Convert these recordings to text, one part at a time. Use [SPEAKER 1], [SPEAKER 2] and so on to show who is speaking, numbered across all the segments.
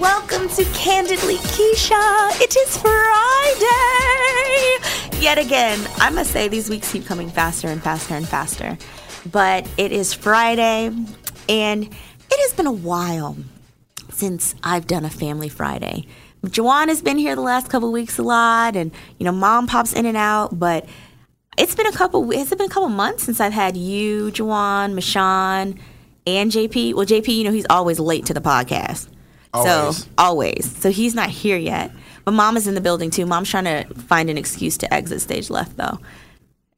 [SPEAKER 1] Welcome to Candidly Keisha. It is Friday. Yet again, I must say these weeks keep coming faster and faster and faster. But it is Friday, and it has been a while since I've done a family Friday. Juwan has been here the last couple weeks a lot, and you know, mom pops in and out, but it's been a couple. Has it been a couple months since I've had you, Juwan, Mashawn, and JP? Well, JP, you know he's always late to the podcast.
[SPEAKER 2] Always.
[SPEAKER 1] So always. So he's not here yet. But mom is in the building too. Mom's trying to find an excuse to exit stage left though.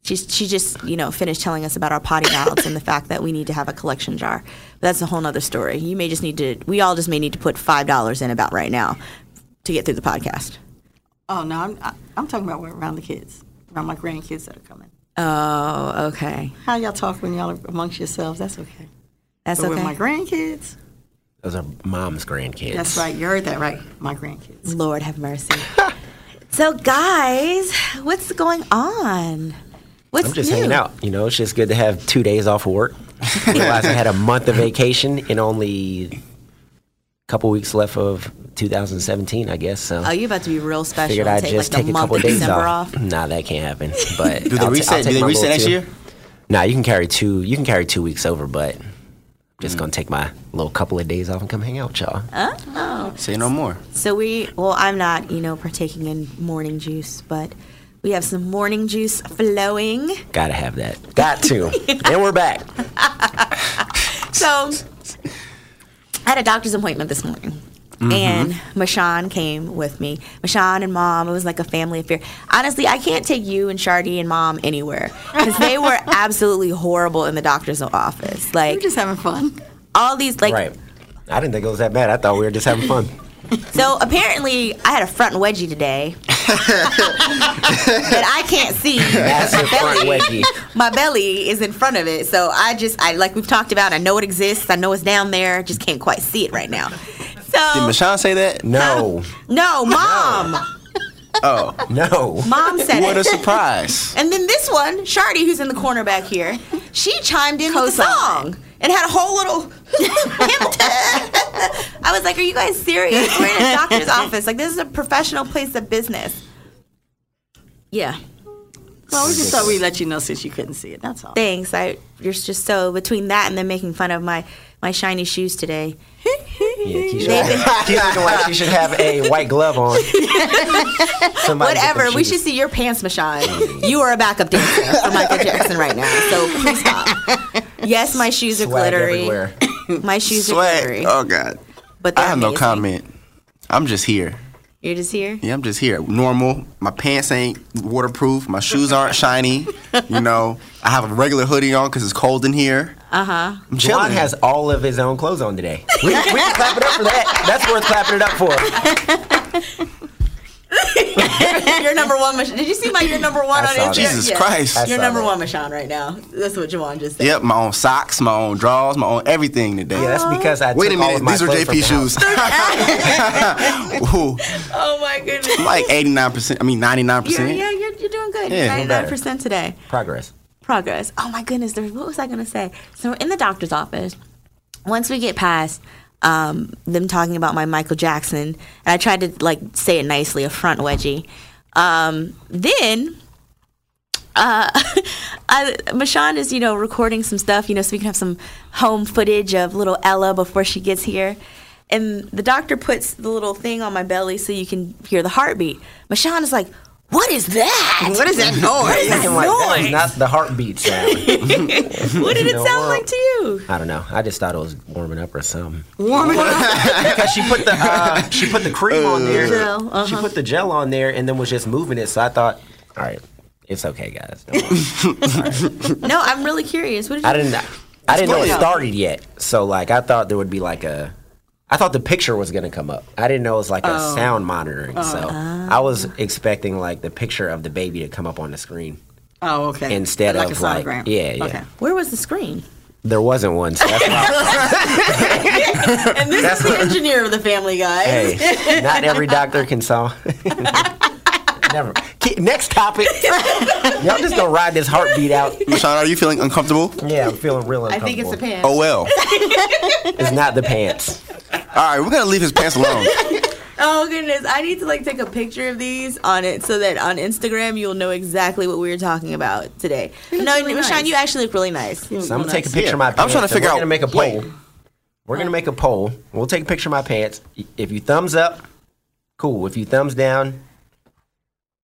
[SPEAKER 1] She's, she just you know finished telling us about our potty mouths and the fact that we need to have a collection jar. But that's a whole nother story. You may just need to. We all just may need to put five dollars in about right now to get through the podcast.
[SPEAKER 3] Oh no, I'm I, I'm talking about when around the kids, around my grandkids that are coming.
[SPEAKER 1] Oh, okay.
[SPEAKER 3] How y'all talk when y'all are amongst yourselves? That's okay.
[SPEAKER 1] That's
[SPEAKER 3] But
[SPEAKER 1] okay.
[SPEAKER 3] with my grandkids,
[SPEAKER 2] Those are mom's grandkids.
[SPEAKER 3] that's right. You heard that right. My grandkids.
[SPEAKER 1] Lord have mercy. so, guys, what's going on? What's
[SPEAKER 2] I'm just
[SPEAKER 1] new?
[SPEAKER 2] hanging out. You know, it's just good to have two days off of work. Realize I had a month of vacation and only a couple weeks left of 2017, I guess. So
[SPEAKER 1] Oh, you're about to be real special.
[SPEAKER 2] figured
[SPEAKER 1] and
[SPEAKER 2] I'd
[SPEAKER 1] take
[SPEAKER 2] just
[SPEAKER 1] like
[SPEAKER 2] take
[SPEAKER 1] the
[SPEAKER 2] a
[SPEAKER 1] month
[SPEAKER 2] couple
[SPEAKER 1] of
[SPEAKER 2] days
[SPEAKER 1] December
[SPEAKER 2] off. Nah, that can't happen. But
[SPEAKER 4] Do they
[SPEAKER 2] I'll t- I'll
[SPEAKER 4] reset?
[SPEAKER 2] take
[SPEAKER 4] Do they
[SPEAKER 2] my
[SPEAKER 4] reset
[SPEAKER 2] little
[SPEAKER 4] next
[SPEAKER 2] two.
[SPEAKER 4] year?
[SPEAKER 2] Nah, you can carry two. You can carry two weeks over, but I'm
[SPEAKER 1] Mm.
[SPEAKER 2] just gonna take my little couple of days off and come hang out, with y'all.
[SPEAKER 1] Uh.
[SPEAKER 4] Say no more.
[SPEAKER 1] So we, well, I'm not, you know, partaking in morning juice, but we have some morning juice flowing.
[SPEAKER 2] Gotta have that. Got to. And we're back.
[SPEAKER 1] So I had a doctor's appointment this morning. And Mashawn came with me. Mashawn and mom, it was like a family affair. Honestly, I can't take you and Shardy and mom anywhere because they were absolutely horrible in the doctor's office.
[SPEAKER 3] We're
[SPEAKER 1] Like
[SPEAKER 3] just having fun.
[SPEAKER 1] all these, like
[SPEAKER 2] right. I didn't think it was that bad. I thought we were just having fun.
[SPEAKER 1] so. Apparently, I had a front wedgie today that I can't see.
[SPEAKER 2] Massive front wedgie.
[SPEAKER 1] my belly is in front of it. So I just, I like we've talked about. I know it exists. I know it's down there. Just can't quite see it right now.
[SPEAKER 4] Did
[SPEAKER 1] So
[SPEAKER 4] Michonne say that?
[SPEAKER 2] No,
[SPEAKER 1] no, mom,
[SPEAKER 4] Oh,
[SPEAKER 2] no.
[SPEAKER 1] mom said
[SPEAKER 4] what a
[SPEAKER 1] it.
[SPEAKER 4] surprise!
[SPEAKER 1] and then this one, Shardy, who's in the corner back here, she chimed in with the
[SPEAKER 3] Co-sign.
[SPEAKER 1] song and had a whole little. I was like, "Are you guys serious? We're in a doctor's office. Like this is a professional place of business." Yeah.
[SPEAKER 3] Well, we just thought we'd let you know since you couldn't see it. That's all.
[SPEAKER 1] Thanks. I you're just so between that and then making fun of my my shiny shoes today.
[SPEAKER 2] Yeah, Keisha, Keisha looking like she should have a white glove on. Somebody get them
[SPEAKER 1] Whatever. We
[SPEAKER 2] shoes.
[SPEAKER 1] should see your pants, Mashawn. you are a backup dancer for Michael Jackson right now. So please stop. Yes, my shoes are
[SPEAKER 2] Swag
[SPEAKER 1] glittery.
[SPEAKER 2] everywhere.
[SPEAKER 1] My shoes are
[SPEAKER 4] Swag.
[SPEAKER 1] glittery.
[SPEAKER 4] Oh God.
[SPEAKER 1] but
[SPEAKER 4] I
[SPEAKER 1] they're
[SPEAKER 4] have no
[SPEAKER 1] amazing.
[SPEAKER 4] comment. I'm just here.
[SPEAKER 1] You're just here.
[SPEAKER 4] Yeah, I'm just here. Normal. My pants ain't waterproof. My shoes aren't shiny. You know, I have a regular hoodie on because it's cold in here. Uh
[SPEAKER 1] Uh-huh.
[SPEAKER 4] huh. I'm
[SPEAKER 2] John
[SPEAKER 4] chilling.
[SPEAKER 2] has all of his own clothes on today. We, we can clap it up for that. That's worth clapping it up for.
[SPEAKER 1] You're number one. Mish- Did you see my you're number one on
[SPEAKER 2] I saw
[SPEAKER 1] Instagram?
[SPEAKER 2] that.
[SPEAKER 4] Jesus Christ.
[SPEAKER 2] I
[SPEAKER 1] You're
[SPEAKER 2] saw
[SPEAKER 1] number
[SPEAKER 2] that.
[SPEAKER 1] one, Mashawn, right now. That's what Jawan just said.
[SPEAKER 4] Yep, my own socks, my own drawers, my own everything today.
[SPEAKER 2] Yeah, that's
[SPEAKER 1] Oh.
[SPEAKER 2] because I
[SPEAKER 4] Wait a
[SPEAKER 2] took all of
[SPEAKER 4] minute,
[SPEAKER 2] my
[SPEAKER 4] these are
[SPEAKER 2] clothes from the
[SPEAKER 4] JP shoes. Ooh,
[SPEAKER 1] Oh my goodness.
[SPEAKER 4] I'm like 89%, I mean 99%.
[SPEAKER 1] You're, yeah, you're, you're doing good.
[SPEAKER 4] Yeah,
[SPEAKER 1] you're
[SPEAKER 4] no
[SPEAKER 1] 99% today.
[SPEAKER 2] house. Progress.
[SPEAKER 1] progress. Oh my goodness, there, what was I going to say? So we're in the doctor's office. Once we get past um, them talking about my Michael Jackson, and I tried to like say it nicely, a front wedgie. Um, then. Uh, I, Mashawn is, you know, recording some stuff, you know, so we can have some home footage of little Ella before she gets here. and the doctor puts the little thing on my belly so you can hear the heartbeat. Michonne is like, "What is that?
[SPEAKER 3] What is that
[SPEAKER 1] is
[SPEAKER 3] noise?
[SPEAKER 1] that
[SPEAKER 2] I'm like, that was
[SPEAKER 1] noise?
[SPEAKER 2] not the heartbeat sound.
[SPEAKER 1] what did it
[SPEAKER 2] No,
[SPEAKER 1] sound
[SPEAKER 2] uh,
[SPEAKER 1] like to you?"
[SPEAKER 2] I don't know. I just thought it was warming up or something.
[SPEAKER 3] Warming up.
[SPEAKER 2] Because she put the uh, she put the cream on there.
[SPEAKER 1] Gel,
[SPEAKER 2] She
[SPEAKER 3] uh-huh.
[SPEAKER 2] put the gel on there and then was just moving it. So I thought, all right, it's okay, guys. Don't worry."
[SPEAKER 1] No, I'm really curious. What did you?
[SPEAKER 2] I didn't. I didn't know it
[SPEAKER 4] Explain.
[SPEAKER 2] started yet. So like, I thought there would be like a. I thought the picture was gonna come up. I didn't know it was like
[SPEAKER 3] Oh.
[SPEAKER 2] a sound monitoring. So I was expecting like the picture of the baby to come up on the screen.
[SPEAKER 3] Oh, okay.
[SPEAKER 2] Instead
[SPEAKER 3] like
[SPEAKER 2] of,
[SPEAKER 3] a
[SPEAKER 2] like-
[SPEAKER 3] sonogram.
[SPEAKER 2] yeah, yeah.
[SPEAKER 3] Okay.
[SPEAKER 1] Where was the screen?
[SPEAKER 2] There wasn't one. So that's why,
[SPEAKER 1] And this is the engineer of the Family Guy.
[SPEAKER 2] hey, not every doctor can solve. Never. Ki- Next topic. Y'all just gonna ride this heartbeat out.
[SPEAKER 4] Sean, are you feeling uncomfortable?
[SPEAKER 2] Yeah, I'm feeling real
[SPEAKER 3] I
[SPEAKER 2] uncomfortable.
[SPEAKER 3] think it's the pants.
[SPEAKER 4] Oh well.
[SPEAKER 2] It's not the pants.
[SPEAKER 4] All right, we're gonna leave his pants alone.
[SPEAKER 1] Oh goodness, I need to like take a picture of these on it so that on Instagram you'll know exactly what we were talking about today. No,
[SPEAKER 3] really
[SPEAKER 1] Michonne,
[SPEAKER 3] nice.
[SPEAKER 1] you actually look really nice.
[SPEAKER 2] So I'm gonna take a picture of my
[SPEAKER 4] Oh, I'm
[SPEAKER 2] pants.
[SPEAKER 4] trying to
[SPEAKER 2] and
[SPEAKER 4] figure
[SPEAKER 2] we're
[SPEAKER 4] out-
[SPEAKER 2] Gonna make a poll.
[SPEAKER 4] wait.
[SPEAKER 2] We're gonna make a poll. We'll take a picture of my pants. Y- If you thumbs up, cool. If you thumbs down,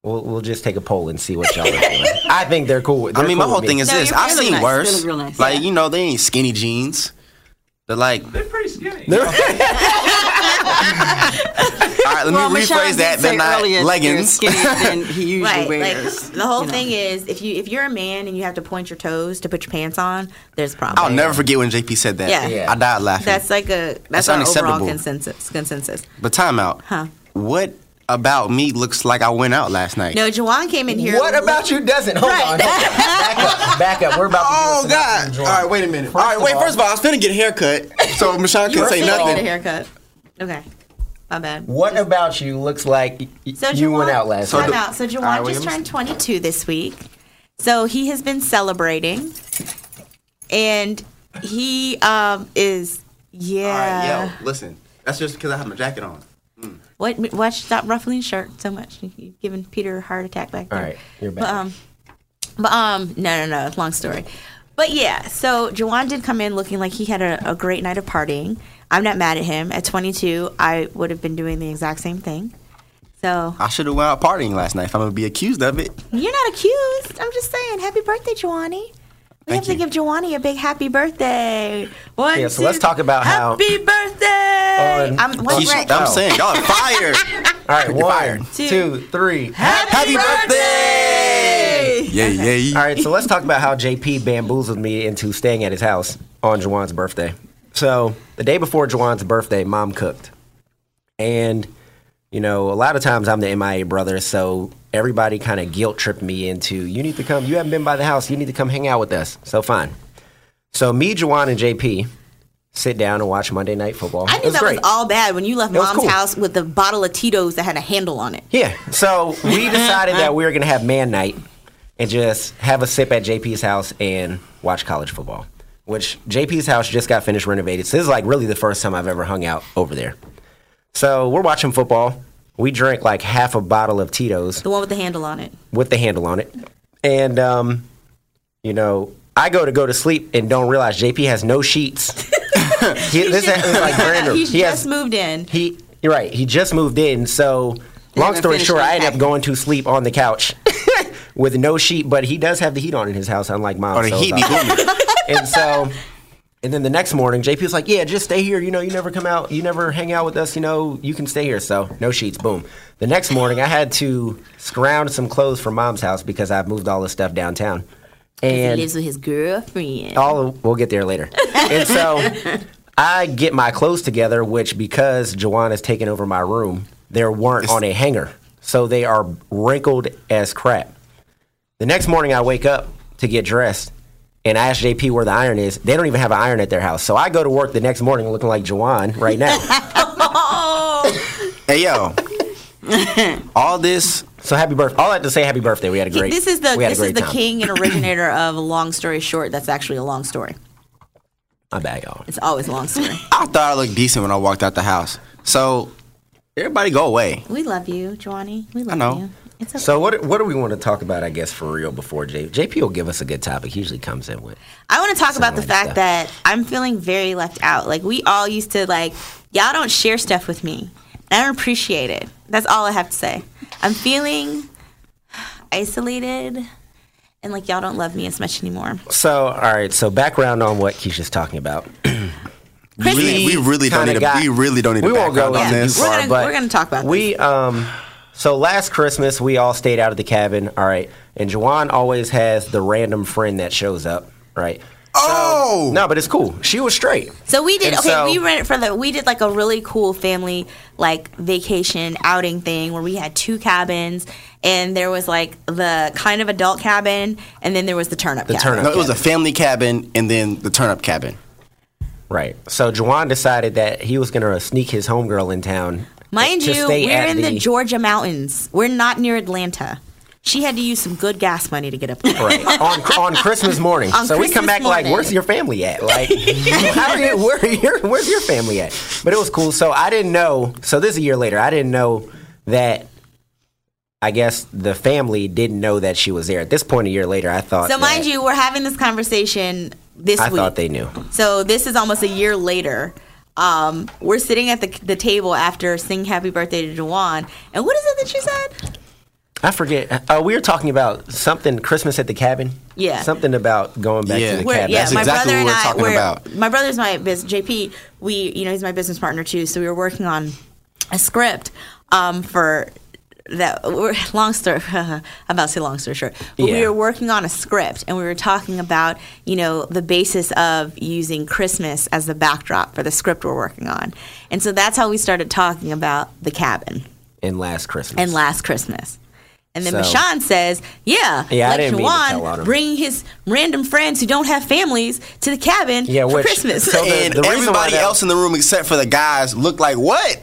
[SPEAKER 2] we'll we'll just take a poll and see what y'all are doing. I think they're cool. with-
[SPEAKER 4] I
[SPEAKER 2] they're
[SPEAKER 4] mean,
[SPEAKER 2] cool
[SPEAKER 4] my whole
[SPEAKER 2] with me.
[SPEAKER 4] thing is
[SPEAKER 3] No,
[SPEAKER 4] this:
[SPEAKER 3] you're
[SPEAKER 4] I've
[SPEAKER 3] feeling
[SPEAKER 4] seen
[SPEAKER 3] nice,
[SPEAKER 4] worse.
[SPEAKER 3] feeling real nice,
[SPEAKER 4] Like
[SPEAKER 3] yeah.
[SPEAKER 4] you know, they ain't skinny jeans. They're like. They're pretty skinny. All right, let
[SPEAKER 3] Well,
[SPEAKER 4] me
[SPEAKER 3] Michelle
[SPEAKER 4] rephrase
[SPEAKER 3] did
[SPEAKER 4] that.
[SPEAKER 3] say
[SPEAKER 4] They're not
[SPEAKER 3] earlier
[SPEAKER 4] leggings.
[SPEAKER 3] they're skinnier than he usually
[SPEAKER 1] Right,
[SPEAKER 3] wears.
[SPEAKER 1] like the whole thing is if you if you're a man and you have to point your toes to put your pants on, there's a problem.
[SPEAKER 4] I'll never forget when JP said that.
[SPEAKER 1] Yeah. Yeah.
[SPEAKER 4] I died laughing.
[SPEAKER 1] That's like a that's,
[SPEAKER 4] That's
[SPEAKER 1] our
[SPEAKER 4] unacceptable.
[SPEAKER 1] overall consensus. Consensus.
[SPEAKER 4] but timeout.
[SPEAKER 1] Huh.
[SPEAKER 4] What about me looks like I went out last night?
[SPEAKER 1] No, Jawan came in here.
[SPEAKER 2] What about you doesn't? Hold on. hold on. Back up. Back up. We're about to
[SPEAKER 4] Oh
[SPEAKER 2] do a synopsis
[SPEAKER 4] God!
[SPEAKER 2] drawing.
[SPEAKER 4] All right, wait a minute. all right, wait. first of all, I was finna get a haircut, so Michelle
[SPEAKER 1] You
[SPEAKER 4] can
[SPEAKER 1] were
[SPEAKER 4] say
[SPEAKER 1] supposed to get a
[SPEAKER 4] nothing.
[SPEAKER 1] haircut. Okay, my bad.
[SPEAKER 2] What about you looks like y- y-
[SPEAKER 1] So
[SPEAKER 2] you
[SPEAKER 1] Jawan,
[SPEAKER 2] went out last
[SPEAKER 1] time
[SPEAKER 4] the-
[SPEAKER 2] night?
[SPEAKER 1] out. So Jawan
[SPEAKER 4] Alright,
[SPEAKER 1] just
[SPEAKER 4] Williams.
[SPEAKER 1] turned 22 this week. So he has been celebrating, and he um is
[SPEAKER 4] All
[SPEAKER 1] yeah.
[SPEAKER 4] right, yo, listen. That's just because I have my jacket on.
[SPEAKER 1] What? Watch stop ruffling your shirt so much. You're giving Peter a heart attack back there.
[SPEAKER 2] All right, you're back.
[SPEAKER 1] But um, but um, no, no, no. Long story. But yeah, so Jawan did come in looking like he had a, a great night of partying. I'm not mad at him. At 22, I would have been doing the exact same thing. So
[SPEAKER 4] I should have went out partying last night. If I'm gonna be accused of it,
[SPEAKER 1] You're not accused. I'm just saying, happy birthday, Jawani. We have
[SPEAKER 4] Thank
[SPEAKER 1] to
[SPEAKER 4] you.
[SPEAKER 1] give Jawani a big happy birthday. One,
[SPEAKER 2] Yeah, so let's
[SPEAKER 1] two-
[SPEAKER 2] talk about how- Oh,
[SPEAKER 1] happy birthday.
[SPEAKER 2] On-
[SPEAKER 1] I'm, what's
[SPEAKER 4] Keisha-
[SPEAKER 1] right?
[SPEAKER 4] I'm saying y'all are fired.
[SPEAKER 2] All right, one,
[SPEAKER 1] Two.
[SPEAKER 2] two, three.
[SPEAKER 4] Happy birthday! Yeah, yeah.
[SPEAKER 2] All right, so let's talk about how JP bamboozled me into staying at his house on Juwan's birthday. So the day before Juwan's birthday, mom cooked, and you know a lot of times I'm the MIA brother, so everybody kind of guilt tripped me into you need to come. You haven't been by the house. You need to come hang out with us. So fine. So me, Juwan, and JP sit down and watch Monday Night Football.
[SPEAKER 1] I
[SPEAKER 2] It
[SPEAKER 1] knew that
[SPEAKER 2] great.
[SPEAKER 1] was all bad when you left
[SPEAKER 2] was
[SPEAKER 1] mom's
[SPEAKER 2] cool.
[SPEAKER 1] house with a bottle of Tito's that had a handle on it.
[SPEAKER 2] Yeah. So we decided that we were going to have man night and just have a sip at JP's house and watch college football, which JP's house just got finished renovated. So this is like really the first time I've ever hung out over there. So we're watching football. We drank like half a bottle of Tito's
[SPEAKER 1] The one with the handle on it.
[SPEAKER 2] with the handle on it. And, um, you know, I go to go to sleep and don't realize JP has no sheets. he, this is like brand new.
[SPEAKER 1] He's
[SPEAKER 2] He
[SPEAKER 1] just
[SPEAKER 2] has-
[SPEAKER 1] moved in.
[SPEAKER 2] he you're right he just moved in so long
[SPEAKER 3] haven't
[SPEAKER 2] story
[SPEAKER 3] finished
[SPEAKER 2] short i ended up
[SPEAKER 3] unpacking.
[SPEAKER 2] going to sleep on the couch with no sheet but he does have the heat on in his house unlike mine
[SPEAKER 4] Or the heat be booming.
[SPEAKER 2] and so and then the next morning jp was like yeah just stay here you know you never come out you never hang out with us you know you can stay here so no sheets boom the next morning i had to scrounge some clothes from mom's house because i've moved all this stuff downtown
[SPEAKER 1] he
[SPEAKER 2] and Oh,
[SPEAKER 1] lives with his girlfriend.
[SPEAKER 2] all of, we'll get there later. and so I get my clothes together, which because Jawan has taken over my room, they weren't on a hanger. So they are wrinkled as crap. The next morning I wake up to get dressed and I ask JP where the iron is. They don't even have an iron at their house. So I go to work the next morning looking like Jawan right now.
[SPEAKER 4] Hey yo, all this
[SPEAKER 2] so happy birthday. All I have to say happy birthday. We had a
[SPEAKER 1] He-
[SPEAKER 2] great
[SPEAKER 1] this is the
[SPEAKER 2] we had
[SPEAKER 1] this
[SPEAKER 2] a
[SPEAKER 1] is
[SPEAKER 2] great
[SPEAKER 1] the
[SPEAKER 2] time.
[SPEAKER 1] king and originator of a long story short. That's actually a long story.
[SPEAKER 2] My bad, y'all.
[SPEAKER 1] It's always a long story.
[SPEAKER 4] I thought I looked decent when I walked out the house. So
[SPEAKER 5] Everybody go away.
[SPEAKER 1] We love you, Joanie. We love
[SPEAKER 5] know.
[SPEAKER 1] you. It's okay.
[SPEAKER 2] So what what do we want to talk about? I guess for real before J, JP will give us a good topic. He usually comes in with.
[SPEAKER 1] I want to talk about the
[SPEAKER 2] like
[SPEAKER 1] fact
[SPEAKER 2] that.
[SPEAKER 1] that I'm feeling very left out. Like we all used to like y'all don't share stuff with me. And I don't appreciate it. That's all I have to say. I'm feeling isolated and like y'all don't love me as much anymore.
[SPEAKER 2] So all right. So background on what Keisha's talking about.
[SPEAKER 5] We really, we really don't
[SPEAKER 2] kinda
[SPEAKER 5] need to.
[SPEAKER 2] got-
[SPEAKER 5] we really don't need to
[SPEAKER 2] we won't
[SPEAKER 5] back
[SPEAKER 2] go
[SPEAKER 5] out on
[SPEAKER 2] into
[SPEAKER 5] this.
[SPEAKER 2] too far,
[SPEAKER 1] We're gonna-
[SPEAKER 2] but
[SPEAKER 1] we're gonna talk about this.
[SPEAKER 2] we um so last Christmas we all stayed out at the cabin, all right, and Juwan always has the random friend that shows up, right?
[SPEAKER 5] Oh!
[SPEAKER 2] no, but it's cool. She was straight.
[SPEAKER 1] So we did
[SPEAKER 2] And
[SPEAKER 1] okay.
[SPEAKER 2] so-
[SPEAKER 1] we went for the we did like a really cool family like vacation outing thing where we had two cabins and there was like the kind of adult cabin and then there was the turnip
[SPEAKER 2] The
[SPEAKER 1] cabin.
[SPEAKER 2] turnip.
[SPEAKER 5] No, it was a family cabin and then the turn up cabin.
[SPEAKER 2] Right. So Juwan decided that he was gonna sneak his homegirl in town.
[SPEAKER 1] Mind
[SPEAKER 2] to
[SPEAKER 1] you,
[SPEAKER 2] stay
[SPEAKER 1] we're
[SPEAKER 2] at
[SPEAKER 1] in the Georgia mountains. We're not near Atlanta. She had to use some good gas money to get up there.
[SPEAKER 2] Right. On, on Christmas morning.
[SPEAKER 1] On
[SPEAKER 2] so we
[SPEAKER 1] Christmas
[SPEAKER 2] come back
[SPEAKER 1] morning.
[SPEAKER 2] like, where's your family at? Like, how do you, where are your, where's your family at? But it was cool. So I didn't know. So this is a year later. I didn't know that. I guess the family didn't know that she was there. At this point, a year later, I thought.
[SPEAKER 1] So mind
[SPEAKER 2] that-
[SPEAKER 1] you, we're having this conversation this
[SPEAKER 2] I
[SPEAKER 1] week.
[SPEAKER 2] thought they knew.
[SPEAKER 1] So this is almost a year later. Um, we're sitting at the, the table after singing "Happy Birthday" to Jawan, and what is it that she said?
[SPEAKER 2] I forget. Uh, we were talking about something Christmas at the cabin.
[SPEAKER 1] Yeah.
[SPEAKER 2] Something about going back
[SPEAKER 5] Yeah.
[SPEAKER 2] to the
[SPEAKER 5] Where-
[SPEAKER 2] cabin.
[SPEAKER 1] yeah,
[SPEAKER 5] That's
[SPEAKER 1] my
[SPEAKER 5] exactly
[SPEAKER 1] brother
[SPEAKER 5] what we're
[SPEAKER 1] and I.
[SPEAKER 5] talking
[SPEAKER 1] were-
[SPEAKER 5] about.
[SPEAKER 1] My brother's my business. JP, we you know he's my business partner too. So we were working on a script um, for that. we're- Long story. I'm about to say long story short. But we
[SPEAKER 2] Yeah.
[SPEAKER 1] were working on a script, and we were talking about you know the basis of using Christmas as the backdrop for the script we're working on, and so that's how we started talking about the cabin
[SPEAKER 2] And last Christmas.
[SPEAKER 1] and last Christmas. And then
[SPEAKER 2] So-
[SPEAKER 1] Michonne says, "Yeah,
[SPEAKER 2] Yeah, I
[SPEAKER 1] like
[SPEAKER 2] didn't mean to tell
[SPEAKER 1] Shawan
[SPEAKER 2] Autumn.
[SPEAKER 1] bringing his random friends who don't have families to the cabin
[SPEAKER 2] Yeah,
[SPEAKER 1] for
[SPEAKER 2] which-
[SPEAKER 1] Christmas."
[SPEAKER 2] so Oh, the-
[SPEAKER 5] And
[SPEAKER 2] reason why
[SPEAKER 5] everybody
[SPEAKER 2] that-
[SPEAKER 5] else in the room except for the guys looked like what?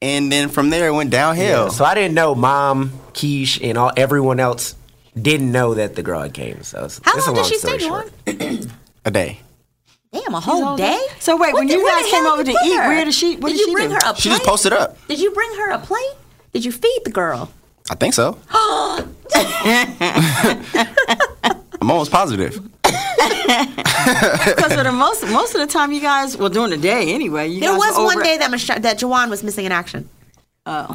[SPEAKER 5] And then from there it went downhill.
[SPEAKER 2] So I didn't know mom, Keish, and all everyone else didn't know that the girl had came. So it's,
[SPEAKER 1] How
[SPEAKER 2] it's
[SPEAKER 1] long did
[SPEAKER 2] a long
[SPEAKER 1] she
[SPEAKER 2] story
[SPEAKER 1] stay,
[SPEAKER 2] short.
[SPEAKER 1] Shawan?
[SPEAKER 5] a day.
[SPEAKER 1] Damn, a whole day.
[SPEAKER 3] So wait,
[SPEAKER 1] What
[SPEAKER 3] when
[SPEAKER 1] the-
[SPEAKER 3] you
[SPEAKER 1] where
[SPEAKER 3] guys
[SPEAKER 1] the
[SPEAKER 3] came
[SPEAKER 1] hell
[SPEAKER 3] over
[SPEAKER 1] did
[SPEAKER 3] to
[SPEAKER 1] you put
[SPEAKER 3] eat,
[SPEAKER 1] her?
[SPEAKER 3] where did she? What
[SPEAKER 1] did,
[SPEAKER 3] did
[SPEAKER 1] you
[SPEAKER 3] she
[SPEAKER 1] bring
[SPEAKER 3] do?
[SPEAKER 1] her a plate?
[SPEAKER 5] She just posted up.
[SPEAKER 1] Did you bring her a plate? Did you feed the girl?
[SPEAKER 5] I think so. I'm almost positive.
[SPEAKER 3] Because for the most most of the time, you guys well during the day anyway. You
[SPEAKER 1] There
[SPEAKER 3] guys
[SPEAKER 1] was
[SPEAKER 3] were
[SPEAKER 1] one
[SPEAKER 3] over-
[SPEAKER 1] day that Michonne, that Jawan was missing in action.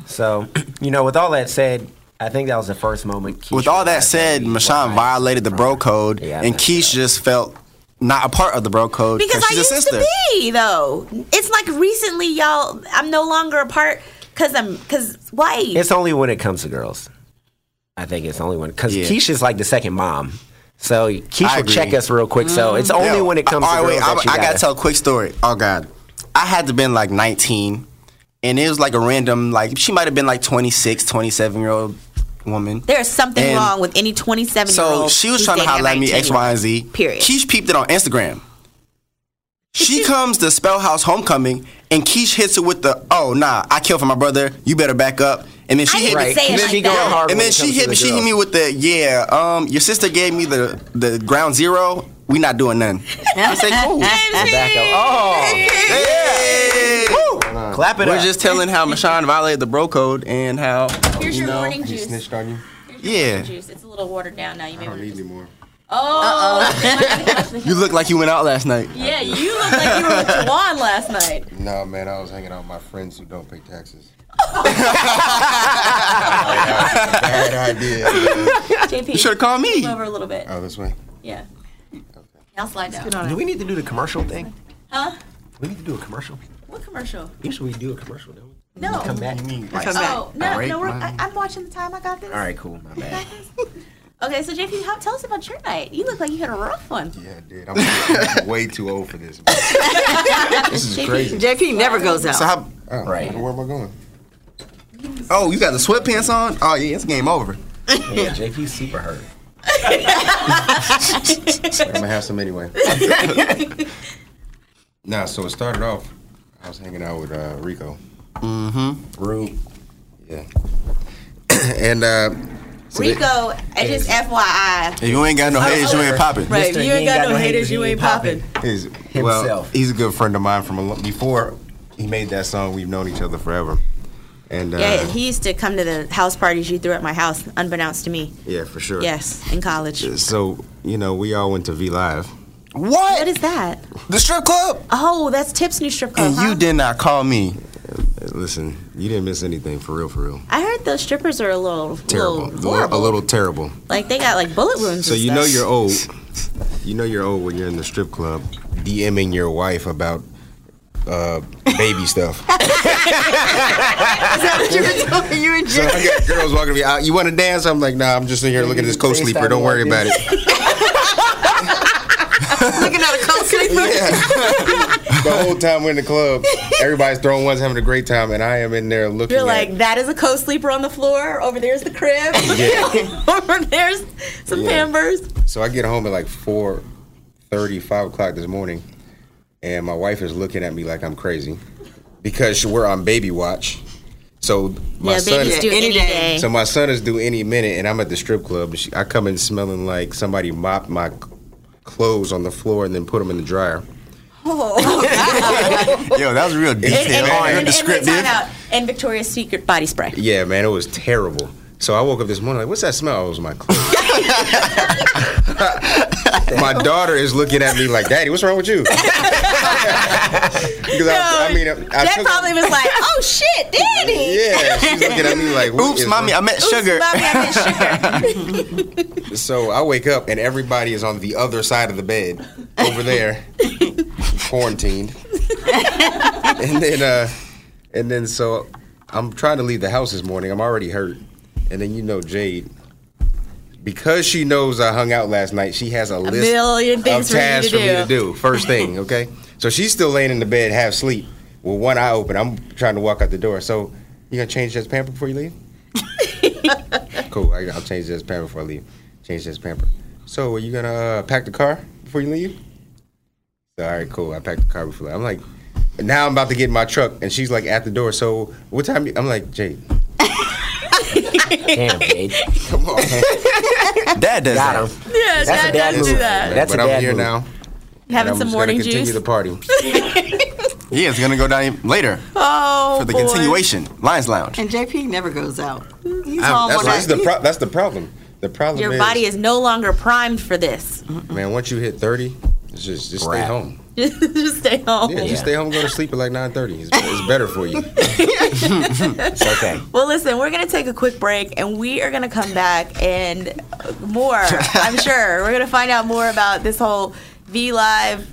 [SPEAKER 2] So you know, with all that said, I think that was the first moment. Keisha
[SPEAKER 5] With all that
[SPEAKER 2] realized
[SPEAKER 5] said,
[SPEAKER 2] he
[SPEAKER 5] Mashawn
[SPEAKER 2] was-
[SPEAKER 5] violated the bro code,
[SPEAKER 2] Yeah, I
[SPEAKER 5] and
[SPEAKER 2] messed
[SPEAKER 5] Keish just felt not a part of the bro code
[SPEAKER 1] Because I
[SPEAKER 5] she's a
[SPEAKER 1] used
[SPEAKER 5] sister.
[SPEAKER 1] to be though. It's like recently, y'all. I'm no longer a part because I'm because white.
[SPEAKER 2] It's only when it comes to girls. I think it's only when because
[SPEAKER 5] Yeah.
[SPEAKER 2] Keisha's like the second mom. So Keisha
[SPEAKER 5] I
[SPEAKER 2] will check
[SPEAKER 5] agree. Mm-hmm.
[SPEAKER 2] us real quick. So it's only
[SPEAKER 5] Yeah.
[SPEAKER 2] when it comes
[SPEAKER 5] All
[SPEAKER 2] to
[SPEAKER 5] right,
[SPEAKER 2] girls
[SPEAKER 5] wait,
[SPEAKER 2] that
[SPEAKER 5] I,
[SPEAKER 2] you
[SPEAKER 5] I
[SPEAKER 2] gotta
[SPEAKER 5] gotta tell a quick story. Oh god, I had to been like 19, and it was like a random like she might have been like 26, 27 year old woman.
[SPEAKER 1] There's something
[SPEAKER 5] And
[SPEAKER 1] wrong with any 27 year
[SPEAKER 5] So
[SPEAKER 1] old.
[SPEAKER 5] she was trying to holler at me X, Y, and Z.
[SPEAKER 1] Period.
[SPEAKER 5] Keish peeped it on Instagram. She comes to Spellhouse Homecoming and Keish hits it with the oh nah I killed for my brother you better back up and then she
[SPEAKER 1] I
[SPEAKER 5] hit
[SPEAKER 1] didn't
[SPEAKER 5] me
[SPEAKER 1] say it
[SPEAKER 5] and then
[SPEAKER 1] like
[SPEAKER 5] she
[SPEAKER 1] that.
[SPEAKER 5] go-
[SPEAKER 2] Hard when
[SPEAKER 5] and then
[SPEAKER 2] it
[SPEAKER 5] she
[SPEAKER 2] comes
[SPEAKER 5] hit
[SPEAKER 2] to the
[SPEAKER 5] me she hit
[SPEAKER 2] girls.
[SPEAKER 5] me with the yeah um your sister gave me the the ground zero we not doing none I say cool
[SPEAKER 2] back up. Oh,
[SPEAKER 5] Hey!
[SPEAKER 2] clap it
[SPEAKER 5] We're
[SPEAKER 2] up.
[SPEAKER 5] just telling how Michonne violated the bro code and how
[SPEAKER 1] Here's
[SPEAKER 5] you
[SPEAKER 1] your
[SPEAKER 5] know
[SPEAKER 1] morning juice.
[SPEAKER 5] on you yeah
[SPEAKER 1] juice. It's a little watered down now. You may want to.
[SPEAKER 5] anymore
[SPEAKER 1] Oh.
[SPEAKER 5] you look like you went out last night
[SPEAKER 1] yeah, you look like you were with Jawan last night.
[SPEAKER 6] No, man, I was hanging out with my friends who don't pay taxes. Bad idea.
[SPEAKER 1] JP.
[SPEAKER 5] you should have called me
[SPEAKER 1] come over a little bit.
[SPEAKER 6] Oh, this way.
[SPEAKER 1] Yeah. Now slide down.
[SPEAKER 2] do we need to do the commercial thing?
[SPEAKER 1] Huh?
[SPEAKER 2] We need to do a commercial.
[SPEAKER 1] What commercial?
[SPEAKER 2] Usually we do a commercial. Don't we?
[SPEAKER 1] No.
[SPEAKER 2] Come back.
[SPEAKER 1] Oh no,
[SPEAKER 5] Break
[SPEAKER 1] no. We're, I,
[SPEAKER 5] mine.
[SPEAKER 1] I'm watching the time. I got this.
[SPEAKER 2] All right, cool. My bad.
[SPEAKER 1] Okay, so JP, how, tell us about your night. You look like you had a rough one.
[SPEAKER 6] Yeah, dude. I'm, I'm way too old for this. man.
[SPEAKER 1] This is
[SPEAKER 3] JP never goes out.
[SPEAKER 5] so how
[SPEAKER 6] Oh,
[SPEAKER 2] Right.
[SPEAKER 6] Where am I going?
[SPEAKER 5] Oh, you got the sweatpants on? Oh yeah, it's game over.
[SPEAKER 2] Yeah, JP's super hurt.
[SPEAKER 6] I'm gonna have some anyway. nah, so it started off. I was hanging out with uh, Rico. Mm-hmm. Rue. Yeah. and uh, so they-
[SPEAKER 1] Rico, and just FYI,
[SPEAKER 5] If you ain't got no heads, you ain't popping.
[SPEAKER 3] Right,
[SPEAKER 2] Mister,
[SPEAKER 3] if you ain't got, no haters, you ain't popping.
[SPEAKER 6] He's,
[SPEAKER 2] Himself.
[SPEAKER 6] Well, he's a good friend of mine from a, lo- before he made that song. We've known each other forever.
[SPEAKER 5] And uh,
[SPEAKER 1] Yeah, he used to come to the house parties you threw at my house, unbeknownst to me.
[SPEAKER 5] yeah, for sure.
[SPEAKER 1] Yes, in college.
[SPEAKER 5] So you know, we all went to V Live.
[SPEAKER 1] What
[SPEAKER 4] What?
[SPEAKER 1] is that?
[SPEAKER 4] The strip club?
[SPEAKER 1] Oh, that's Tip's new strip club.
[SPEAKER 4] And
[SPEAKER 1] huh?
[SPEAKER 4] you did not call me.
[SPEAKER 5] Uh, Listen, you didn't miss anything for real, for real.
[SPEAKER 1] I heard those strippers are a little little
[SPEAKER 5] Terrible, a little,
[SPEAKER 1] horrible.
[SPEAKER 5] a little terrible.
[SPEAKER 1] Like they got like bullet wounds.
[SPEAKER 5] So
[SPEAKER 1] and
[SPEAKER 5] you know
[SPEAKER 1] stuff.
[SPEAKER 5] you're old. You know you're old when you're in the strip club, DMing your wife about uh, baby stuff.
[SPEAKER 3] you in
[SPEAKER 5] So I got girls walking to me. Uh, you want to dance? I'm like, nah. I'm just in here looking at this coat
[SPEAKER 2] They
[SPEAKER 5] sleeper.
[SPEAKER 2] stop
[SPEAKER 5] Don't worry
[SPEAKER 2] like
[SPEAKER 5] about
[SPEAKER 2] this.
[SPEAKER 5] it.
[SPEAKER 3] looking at a cold sleeper.
[SPEAKER 5] The whole time we're in the club, everybody's throwing ones, having a great time, and I am in there looking.
[SPEAKER 1] You're
[SPEAKER 5] at-
[SPEAKER 1] like that is a co sleeper on the floor. Over there's the crib.
[SPEAKER 5] Yeah.
[SPEAKER 1] Over there's some
[SPEAKER 5] Yeah.
[SPEAKER 1] Pampers.
[SPEAKER 5] So I get home at like 4 5 o'clock this morning, and my wife is looking at me like I'm crazy because we're on baby watch. So my
[SPEAKER 1] yeah,
[SPEAKER 5] son,
[SPEAKER 1] babies do
[SPEAKER 3] Any
[SPEAKER 1] any
[SPEAKER 3] day.
[SPEAKER 1] day.
[SPEAKER 5] so my son is due any minute, and I'm at the strip club. And she, I come in smelling like somebody mopped my c- clothes on the floor and then put them in the dryer.
[SPEAKER 4] Yo, that was real
[SPEAKER 1] and,
[SPEAKER 4] detail.
[SPEAKER 1] and, and,
[SPEAKER 5] Oh, you're
[SPEAKER 1] and, and,
[SPEAKER 4] descriptive.
[SPEAKER 1] time out. and Victoria's Secret body spray.
[SPEAKER 5] Yeah, man, it was terrible. So I woke up this morning like, what's that smell? Oh, it was my clothes. my daughter is looking at me like, Daddy, what's wrong with you? Because I, I mean, I, I
[SPEAKER 1] that
[SPEAKER 5] took-
[SPEAKER 1] probably was like, oh shit, Danny.
[SPEAKER 5] Yeah, she's looking at me like, what
[SPEAKER 4] Oops,
[SPEAKER 5] is
[SPEAKER 4] mommy, I
[SPEAKER 5] wrong?
[SPEAKER 4] meant
[SPEAKER 1] Oops,
[SPEAKER 4] sugar.
[SPEAKER 1] mommy, I meant sugar.
[SPEAKER 5] So I wake up and everybody is on the other side of the bed over there, quarantined. and then, uh, and then so I'm trying to leave the house this morning. I'm already hurt. And then you know Jade, because she knows I hung out last night, she has a, list
[SPEAKER 1] million things
[SPEAKER 5] of
[SPEAKER 1] for you
[SPEAKER 5] tasks
[SPEAKER 1] to
[SPEAKER 5] for me
[SPEAKER 1] do.
[SPEAKER 5] to do. First thing, okay. So she's still laying in the bed, half asleep, with one eye open. I'm trying to walk out the door. So you gonna change this pamper before you leave? cool. I, I'll change this pamper before I leave. Change this pamper. So, are you gonna uh, pack the car before you leave? So, all right, cool. I packed the car before. I'm like, now I'm about to get in my truck, and she's like at the door. So, what time? You, I'm like, Jade,
[SPEAKER 2] Damn, babe.
[SPEAKER 5] come on. man."
[SPEAKER 4] Dad does that.
[SPEAKER 2] Got him.
[SPEAKER 1] Yes,
[SPEAKER 2] That's a
[SPEAKER 1] that
[SPEAKER 2] dad
[SPEAKER 1] does do
[SPEAKER 2] move.
[SPEAKER 1] that.
[SPEAKER 2] That's
[SPEAKER 5] but
[SPEAKER 2] a
[SPEAKER 5] I'm
[SPEAKER 2] dad
[SPEAKER 5] here
[SPEAKER 2] move.
[SPEAKER 5] now. and
[SPEAKER 1] Having
[SPEAKER 5] I'm
[SPEAKER 1] some
[SPEAKER 5] just
[SPEAKER 1] morning
[SPEAKER 5] gonna continue
[SPEAKER 1] juice.
[SPEAKER 5] the party.
[SPEAKER 4] Yeah, it's gonna go down later
[SPEAKER 1] oh,
[SPEAKER 4] for the
[SPEAKER 1] boy.
[SPEAKER 4] continuation. Lions Lounge.
[SPEAKER 3] And JP never goes out. He's
[SPEAKER 5] I'm-
[SPEAKER 3] home
[SPEAKER 5] that's,
[SPEAKER 3] on
[SPEAKER 5] that's
[SPEAKER 3] that.
[SPEAKER 5] the pro- that's the problem. The problem
[SPEAKER 1] Your
[SPEAKER 5] is,
[SPEAKER 1] body is no longer primed for this.
[SPEAKER 5] man, once you hit 30, it's just just stay
[SPEAKER 2] Wrap.
[SPEAKER 5] home.
[SPEAKER 1] Just stay home.
[SPEAKER 5] Yeah,
[SPEAKER 2] Yeah.
[SPEAKER 5] just stay home, go to sleep at like 9:30. It's, it's better for you.
[SPEAKER 2] It's okay.
[SPEAKER 1] Well, listen, we're going to take a quick break and we are going to come back and more, I'm sure. We're going to find out more about this whole V Live.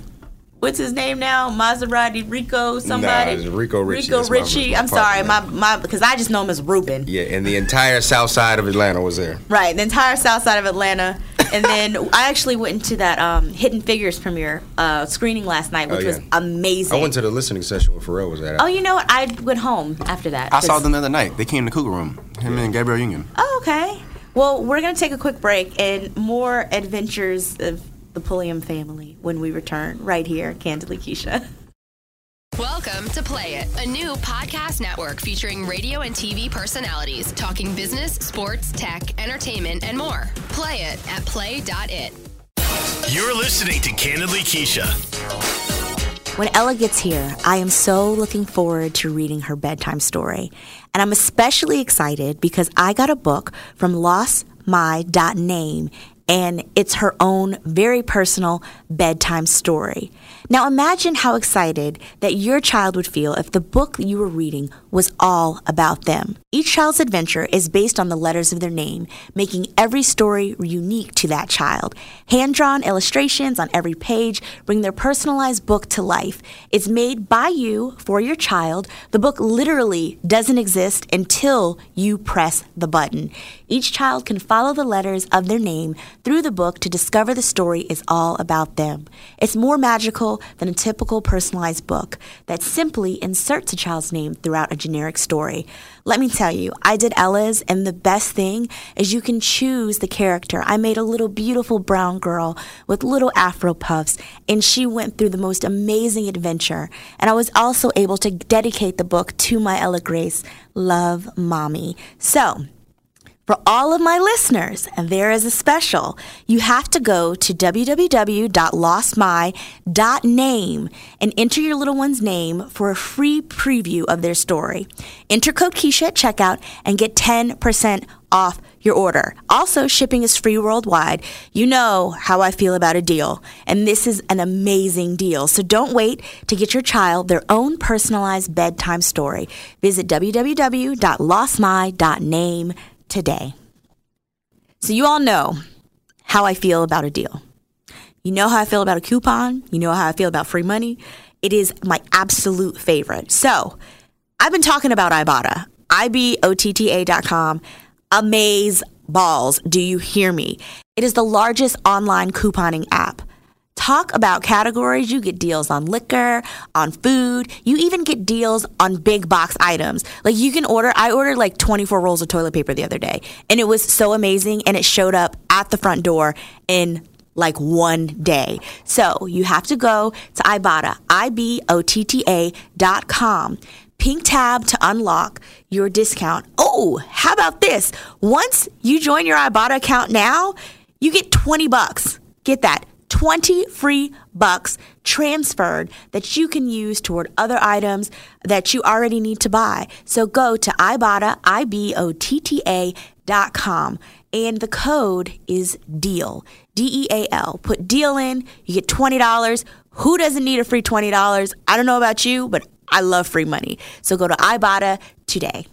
[SPEAKER 1] What's his name now? Maserati Rico somebody?
[SPEAKER 5] Nah, it's Rico Ritchie.
[SPEAKER 1] Rico
[SPEAKER 5] That's my-
[SPEAKER 1] Ritchie.
[SPEAKER 5] my
[SPEAKER 1] I'm sorry, my
[SPEAKER 5] partner.
[SPEAKER 1] my because I just know him as Ruben.
[SPEAKER 5] Yeah, and the entire south side of Atlanta was there.
[SPEAKER 1] Right, the entire south side of Atlanta. And then I actually went into that um, Hidden Figures premiere uh, screening last night, which
[SPEAKER 5] Oh,
[SPEAKER 1] was
[SPEAKER 5] yeah.
[SPEAKER 1] amazing.
[SPEAKER 5] I went to the listening session when Pharrell was at.
[SPEAKER 1] oh, you know what? I went home after that.
[SPEAKER 4] I saw
[SPEAKER 1] 'cause-
[SPEAKER 4] them the other night. They came to Cougar Room. Him and Gabriel Union.
[SPEAKER 1] Oh, okay. Well, we're going to take a quick break and more adventures of the Pulliam family when we return right here, Candidly Keisha.
[SPEAKER 7] Welcome to Play It, a new podcast network featuring radio and TV personalities talking business, sports, tech, entertainment, and more. Play it at play.it.
[SPEAKER 8] You're listening to Candidly Keisha.
[SPEAKER 1] When Ella gets here, I am so looking forward to reading her bedtime story. And I'm especially excited because I got a book from LostMy.name and it's her own very personal bedtime story. Now imagine how excited that your child would feel if the book you were reading was all about them. Each child's adventure is based on the letters of their name, making every story unique to that child. Hand drawn illustrations on every page bring their personalized book to life. It's made by you for your child. The book literally doesn't exist until you press the button. Each child can follow the letters of their name through the book to discover the story is all about them. It's more magical than a typical personalized book that simply inserts a child's name throughout a generic story. Let me tell you, I did Ella's, and the best thing is you can choose the character. I made a little beautiful brown girl with little afro puffs, and she went through the most amazing adventure. And I was also able to dedicate the book to my Ella Grace, Love Mommy. So, For all of my listeners, there is a special. You have to go to www.lostmy.name and enter your little one's name for a free preview of their story. Enter code Keisha at checkout and get 10% off your order. Also, shipping is free worldwide. You know how I feel about a deal, and this is an amazing deal. So don't wait to get your child their own personalized bedtime story. Visit www.lostmy.name today. So, you all know how I feel about a deal. You know how I feel about a coupon, you know how I feel about free money. It is my absolute favorite. So, I've been talking about Ibotta, IBOTTA.com. Amaze balls. Do you hear me? It is the largest online couponing app. Talk about categories. You get deals on liquor, on food. You even get deals on big box items. Like you can order, I ordered like 24 rolls of toilet paper the other day, and it was so amazing. And it showed up at the front door in like one day. So you have to go to Ibotta, I B O T T A dot com. Pink tab to unlock your discount. Oh, how about this? Once you join your Ibotta account now, you get 20 bucks. Get that. 20 free bucks transferred that you can use toward other items that you already need to buy. So go to Ibotta, I B O T T A dot com. And the code is DEAL, D E A L. Put DEAL in, you get $20. Who doesn't need a free $20? I don't know about you, but I love free money. So go to Ibotta today.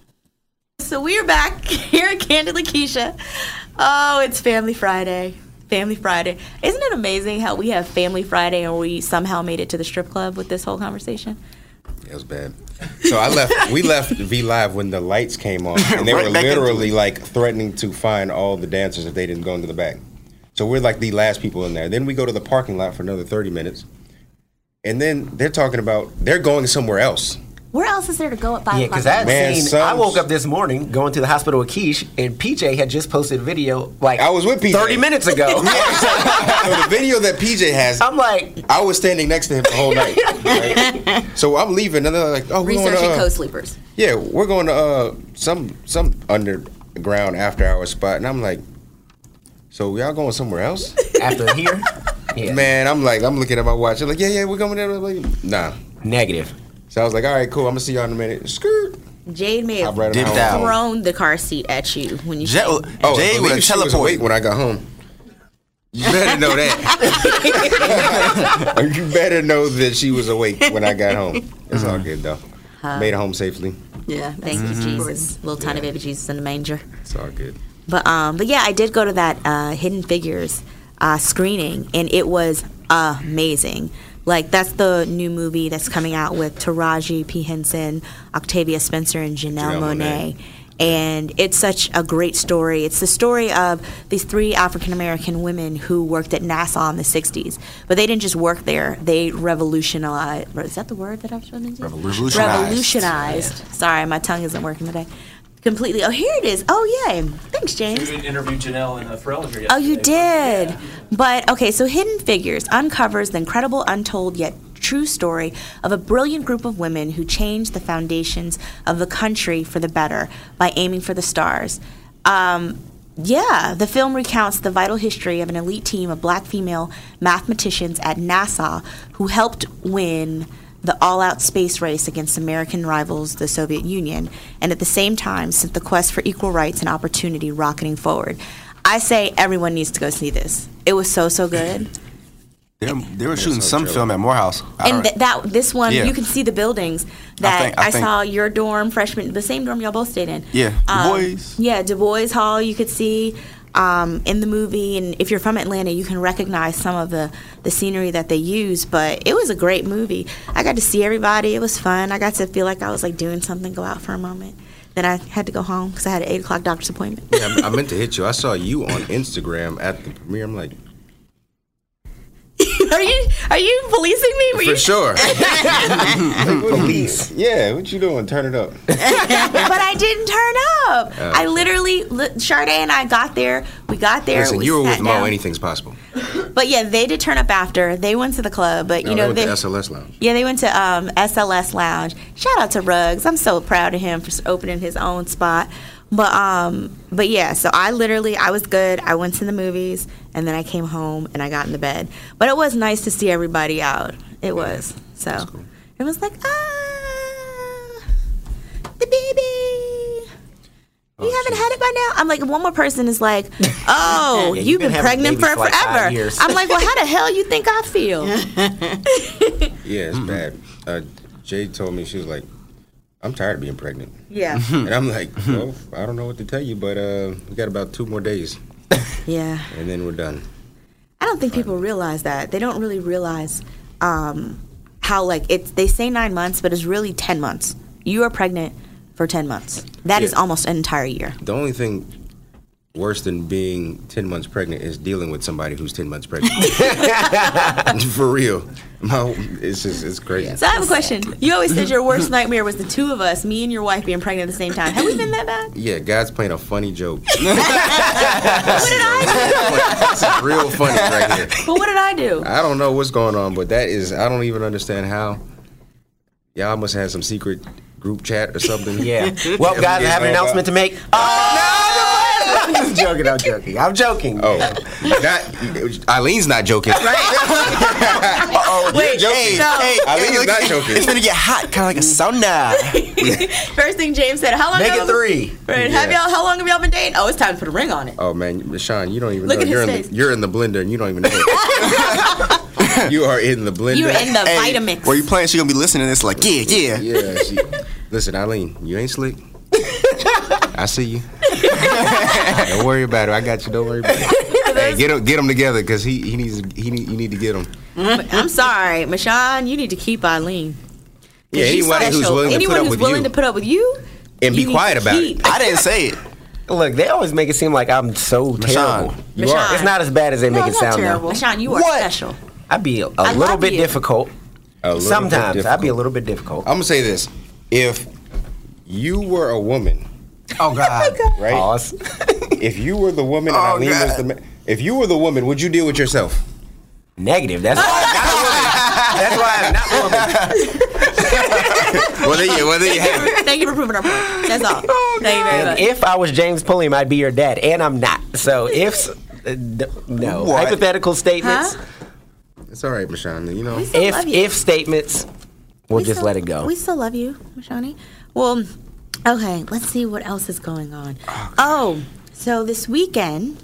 [SPEAKER 1] So we are back here at Candidly Keisha. Oh, it's Family Friday. Family Friday. Isn't it amazing how we have Family Friday and we somehow made it to the strip club with this whole conversation?
[SPEAKER 5] It was bad. So I left. We left V Live when the lights came on, and they
[SPEAKER 4] Right
[SPEAKER 5] were
[SPEAKER 4] back into
[SPEAKER 5] literally like threatening to fine all the dancers if they didn't go into the back. So we're like the last people in there. Then we go to the parking lot for another thirty minutes, and then they're talking about they're going somewhere else.
[SPEAKER 1] Where else is there to go at 5
[SPEAKER 2] Yeah,
[SPEAKER 1] o'clock?
[SPEAKER 2] because I had
[SPEAKER 5] Man,
[SPEAKER 2] seen.
[SPEAKER 5] some-
[SPEAKER 2] I woke up this morning going to the hospital with Keish, and PJ had just posted a video like
[SPEAKER 5] I was with PJ.
[SPEAKER 2] thirty minutes ago.
[SPEAKER 5] so the video that PJ has,
[SPEAKER 2] I'm like,
[SPEAKER 5] I was standing next to him the whole night. right? So I'm leaving, and they're like, "Oh, we're going to,
[SPEAKER 1] Researching
[SPEAKER 5] uh,
[SPEAKER 1] co-sleepers.
[SPEAKER 5] yeah, we're going to uh, some some underground after hour spot," and I'm like, "So y'all going somewhere else?"
[SPEAKER 2] after here, yeah,
[SPEAKER 5] Man, I'm like, I'm looking at my watch. I'm like, yeah, yeah, we're coming there. I'm like, nah.
[SPEAKER 2] negative.
[SPEAKER 5] So I was like, all right, cool. I'm gonna see y'all in a minute. Skirt.
[SPEAKER 1] Jade may
[SPEAKER 5] I
[SPEAKER 1] have
[SPEAKER 5] brought it
[SPEAKER 4] Dipped out.
[SPEAKER 5] out.
[SPEAKER 1] thrown the car seat at you when you
[SPEAKER 4] Jay,
[SPEAKER 5] Oh,
[SPEAKER 4] Jay
[SPEAKER 5] I
[SPEAKER 4] would
[SPEAKER 5] believe
[SPEAKER 4] have
[SPEAKER 5] she was awake
[SPEAKER 4] teleported.
[SPEAKER 5] when I got home. You better know that. you better know that she was awake when I got home. It's all good though. Made it home safely.
[SPEAKER 3] Yeah. that's
[SPEAKER 1] Thank you,
[SPEAKER 3] what's important.
[SPEAKER 1] Jesus. Little tiny baby Jesus in the manger.
[SPEAKER 5] It's all good.
[SPEAKER 1] But um, but yeah, I did go to that uh, Hidden Figures uh, screening, and it was amazing. Like that's the new movie that's coming out with Taraji P Henson, Octavia Spencer, and Janelle,
[SPEAKER 5] Janelle
[SPEAKER 1] Monet.
[SPEAKER 5] Monáe.
[SPEAKER 1] And it's such a great story. It's the story of these three African American women who worked at NASA in the 60s. But they didn't just work there, they revolutionized. Is that the word that I was trying to use?
[SPEAKER 4] Revolutionized.
[SPEAKER 1] Revolutionized. Sorry, my tongue isn't working today. Completely. Oh, here it is. Oh, yay. Thanks, James.
[SPEAKER 9] We interviewed Janelle in the Frelinger
[SPEAKER 1] Oh, you
[SPEAKER 9] yesterday.
[SPEAKER 1] did. But okay, so Hidden Figures uncovers the incredible, untold yet true story of a brilliant group of women who changed the foundations of the country for the better by aiming for the stars. Um, yeah, the film recounts the vital history of an elite team of black female mathematicians at NASA who helped win the all out space race against American rivals, the Soviet Union, and at the same time sent the quest for equal rights and opportunity rocketing forward. I say everyone needs to go see this. It was so, so good.
[SPEAKER 4] They were, they were shooting some film at Morehouse. I
[SPEAKER 1] And
[SPEAKER 4] don't-
[SPEAKER 1] th- that this one,
[SPEAKER 4] Yeah.
[SPEAKER 1] you can see the buildings that I,
[SPEAKER 4] think- I think-
[SPEAKER 1] saw your dorm freshman, the same dorm y'all both stayed in.
[SPEAKER 4] Yeah, Du
[SPEAKER 1] Um,
[SPEAKER 4] Bois.
[SPEAKER 1] Yeah, Du Bois Hall. You could see um, in the movie, and if you're from Atlanta, you can recognize some of the the scenery that they use. But it was a great movie. I got to see everybody. It was fun. I got to feel like I was like doing something, go out for a moment. Then I had to go home because I had an eight o'clock doctor's appointment.
[SPEAKER 5] Yeah, I, I meant to hit you. I saw you on Instagram at the premiere. I'm like,
[SPEAKER 1] are you are you policing me? Were
[SPEAKER 5] for
[SPEAKER 1] you-
[SPEAKER 5] sure. Police. Yeah, what you doing? Turn it up.
[SPEAKER 1] but I didn't turn up.
[SPEAKER 5] Oh,
[SPEAKER 1] I literally, li- Sade and I got there. We got there.
[SPEAKER 5] Listen,
[SPEAKER 1] we
[SPEAKER 5] you were
[SPEAKER 1] sat
[SPEAKER 5] with Mo.
[SPEAKER 1] down.
[SPEAKER 5] Anything's possible.
[SPEAKER 1] But yeah, they did turn up after. They went to the club, but you
[SPEAKER 5] No,
[SPEAKER 1] know
[SPEAKER 5] they
[SPEAKER 1] they.
[SPEAKER 5] went to SLS Lounge.
[SPEAKER 1] yeah, they went to um, SLS Lounge. Shout out to Ruggs. I'm so proud of him for s- opening his own spot. But um, But yeah, so I literally I was good. I went to the movies and then I came home and I got in the bed. But it was nice to see everybody out. It was. So it was like ah the baby.
[SPEAKER 2] Oh,
[SPEAKER 1] you haven't had it by now. I'm like, one more person is like, oh,
[SPEAKER 2] Yeah, you've
[SPEAKER 1] you've
[SPEAKER 2] been
[SPEAKER 1] been,
[SPEAKER 2] having
[SPEAKER 1] pregnant for
[SPEAKER 2] babies for like five
[SPEAKER 1] forever.
[SPEAKER 2] years.
[SPEAKER 1] I'm like, well, how the hell you think I feel?
[SPEAKER 5] Yeah, it's bad. Uh, Jade told me she was like, "I'm tired of being pregnant,"
[SPEAKER 1] Yeah.
[SPEAKER 5] and I'm like, "Well, I don't know what to tell you, but uh, we got about two more days,
[SPEAKER 1] yeah.
[SPEAKER 5] and then we're done."
[SPEAKER 1] I don't think people realize that. They don't really realize um, how like it's. They say nine months, but it's really ten months. You are pregnant for ten months. That is
[SPEAKER 5] Yeah.
[SPEAKER 1] almost an entire year.
[SPEAKER 5] The only thing worse than being ten months pregnant is dealing with somebody who's ten months pregnant. For real, my, it's just it's crazy.
[SPEAKER 1] So I have a question. You always said your worst nightmare was the two of us, me and your wife, being pregnant at the same time. Have we been that bad?
[SPEAKER 5] Yeah, God's playing a funny joke. what did I This is real funny right here.
[SPEAKER 1] But what did I do?
[SPEAKER 5] I don't know what's going on, but that is I don't even understand how. Y'all must have some secret group chat or something.
[SPEAKER 2] Yeah. Well,
[SPEAKER 5] Everything
[SPEAKER 2] guys, I have an
[SPEAKER 5] going
[SPEAKER 2] announcement to
[SPEAKER 5] on.
[SPEAKER 2] make. Oh, no! I'm joking. I'm joking. I'm joking.
[SPEAKER 5] Oh, not Eileen's not joking.
[SPEAKER 4] Oh, wait, joking. Hey,
[SPEAKER 1] no.
[SPEAKER 4] hey,
[SPEAKER 5] Eileen's
[SPEAKER 4] look,
[SPEAKER 5] not joking.
[SPEAKER 4] It's gonna get hot, kind of like a
[SPEAKER 2] Mm.
[SPEAKER 4] sauna.
[SPEAKER 1] First thing James said, how long?
[SPEAKER 2] Make
[SPEAKER 1] y'all
[SPEAKER 2] it three.
[SPEAKER 1] Right, Have
[SPEAKER 5] Yeah.
[SPEAKER 1] y'all? How long have y'all been dating? Oh, it's time to put a ring on it.
[SPEAKER 5] Oh man, Sean, you don't even
[SPEAKER 1] Look
[SPEAKER 5] know
[SPEAKER 1] at
[SPEAKER 5] you're
[SPEAKER 1] his
[SPEAKER 5] in
[SPEAKER 1] face.
[SPEAKER 5] the you're in the blender and you don't even know. it. you are in the blender.
[SPEAKER 1] You're in the
[SPEAKER 4] Hey,
[SPEAKER 1] Vitamix.
[SPEAKER 4] Where you playing? She gonna be listening. to this like, yeah, yeah.
[SPEAKER 5] yeah. She, listen, Eileen, you ain't slick. I see you. don't worry about it. I got you. Don't worry about it. Hey, get him, get him together because he he needs he need, you need to get him.
[SPEAKER 1] I'm sorry, Michonne. You need to keep Eileen. 'Cause
[SPEAKER 5] Yeah,
[SPEAKER 1] she's
[SPEAKER 5] anybody who's
[SPEAKER 1] special.
[SPEAKER 5] willing to
[SPEAKER 1] anyone
[SPEAKER 5] put up
[SPEAKER 1] who's
[SPEAKER 5] with
[SPEAKER 1] willing
[SPEAKER 5] you
[SPEAKER 1] to put up with you
[SPEAKER 5] and be
[SPEAKER 1] you need
[SPEAKER 5] quiet
[SPEAKER 1] to
[SPEAKER 5] about
[SPEAKER 1] keep.
[SPEAKER 5] it.
[SPEAKER 4] I didn't say it.
[SPEAKER 2] Look, they always make it seem like I'm so terrible.
[SPEAKER 5] You
[SPEAKER 1] Michonne.
[SPEAKER 2] It's not as bad as they make it sound. Terrible.
[SPEAKER 1] Well, Sean, you are
[SPEAKER 4] What?
[SPEAKER 1] special.
[SPEAKER 2] I be a
[SPEAKER 1] I
[SPEAKER 2] little
[SPEAKER 1] love
[SPEAKER 2] bit
[SPEAKER 1] you.
[SPEAKER 2] difficult.
[SPEAKER 5] A little bit
[SPEAKER 2] Sometimes I be a
[SPEAKER 5] difficult.
[SPEAKER 2] little bit difficult.
[SPEAKER 5] I'm gonna say this: if you were a woman,
[SPEAKER 4] Oh God.
[SPEAKER 5] right?
[SPEAKER 2] Pause.
[SPEAKER 5] If you were the woman, and
[SPEAKER 4] Oh,
[SPEAKER 5] Eileen was
[SPEAKER 4] God.
[SPEAKER 5] the man. If you were the woman, would you deal with yourself?
[SPEAKER 2] Negative. That's why I'm not a woman. That's why I'm not a woman.
[SPEAKER 4] Whether you, whether you have.
[SPEAKER 1] Thank you for proving our point. That's all. Thank you very
[SPEAKER 2] And
[SPEAKER 1] much.
[SPEAKER 2] Oh, if I was James Pulliam, I'd be your dad, and I'm not. So if s- uh, d- no
[SPEAKER 4] What?
[SPEAKER 2] hypothetical statements,
[SPEAKER 5] It's all right, Michonne. You know,
[SPEAKER 1] still
[SPEAKER 2] if
[SPEAKER 1] love you.
[SPEAKER 2] if statements, we'll
[SPEAKER 1] We
[SPEAKER 2] just
[SPEAKER 1] still-
[SPEAKER 2] let it go.
[SPEAKER 1] We still love you, Mashani. Well, okay, let's see what else is going on. Oh, so this weekend,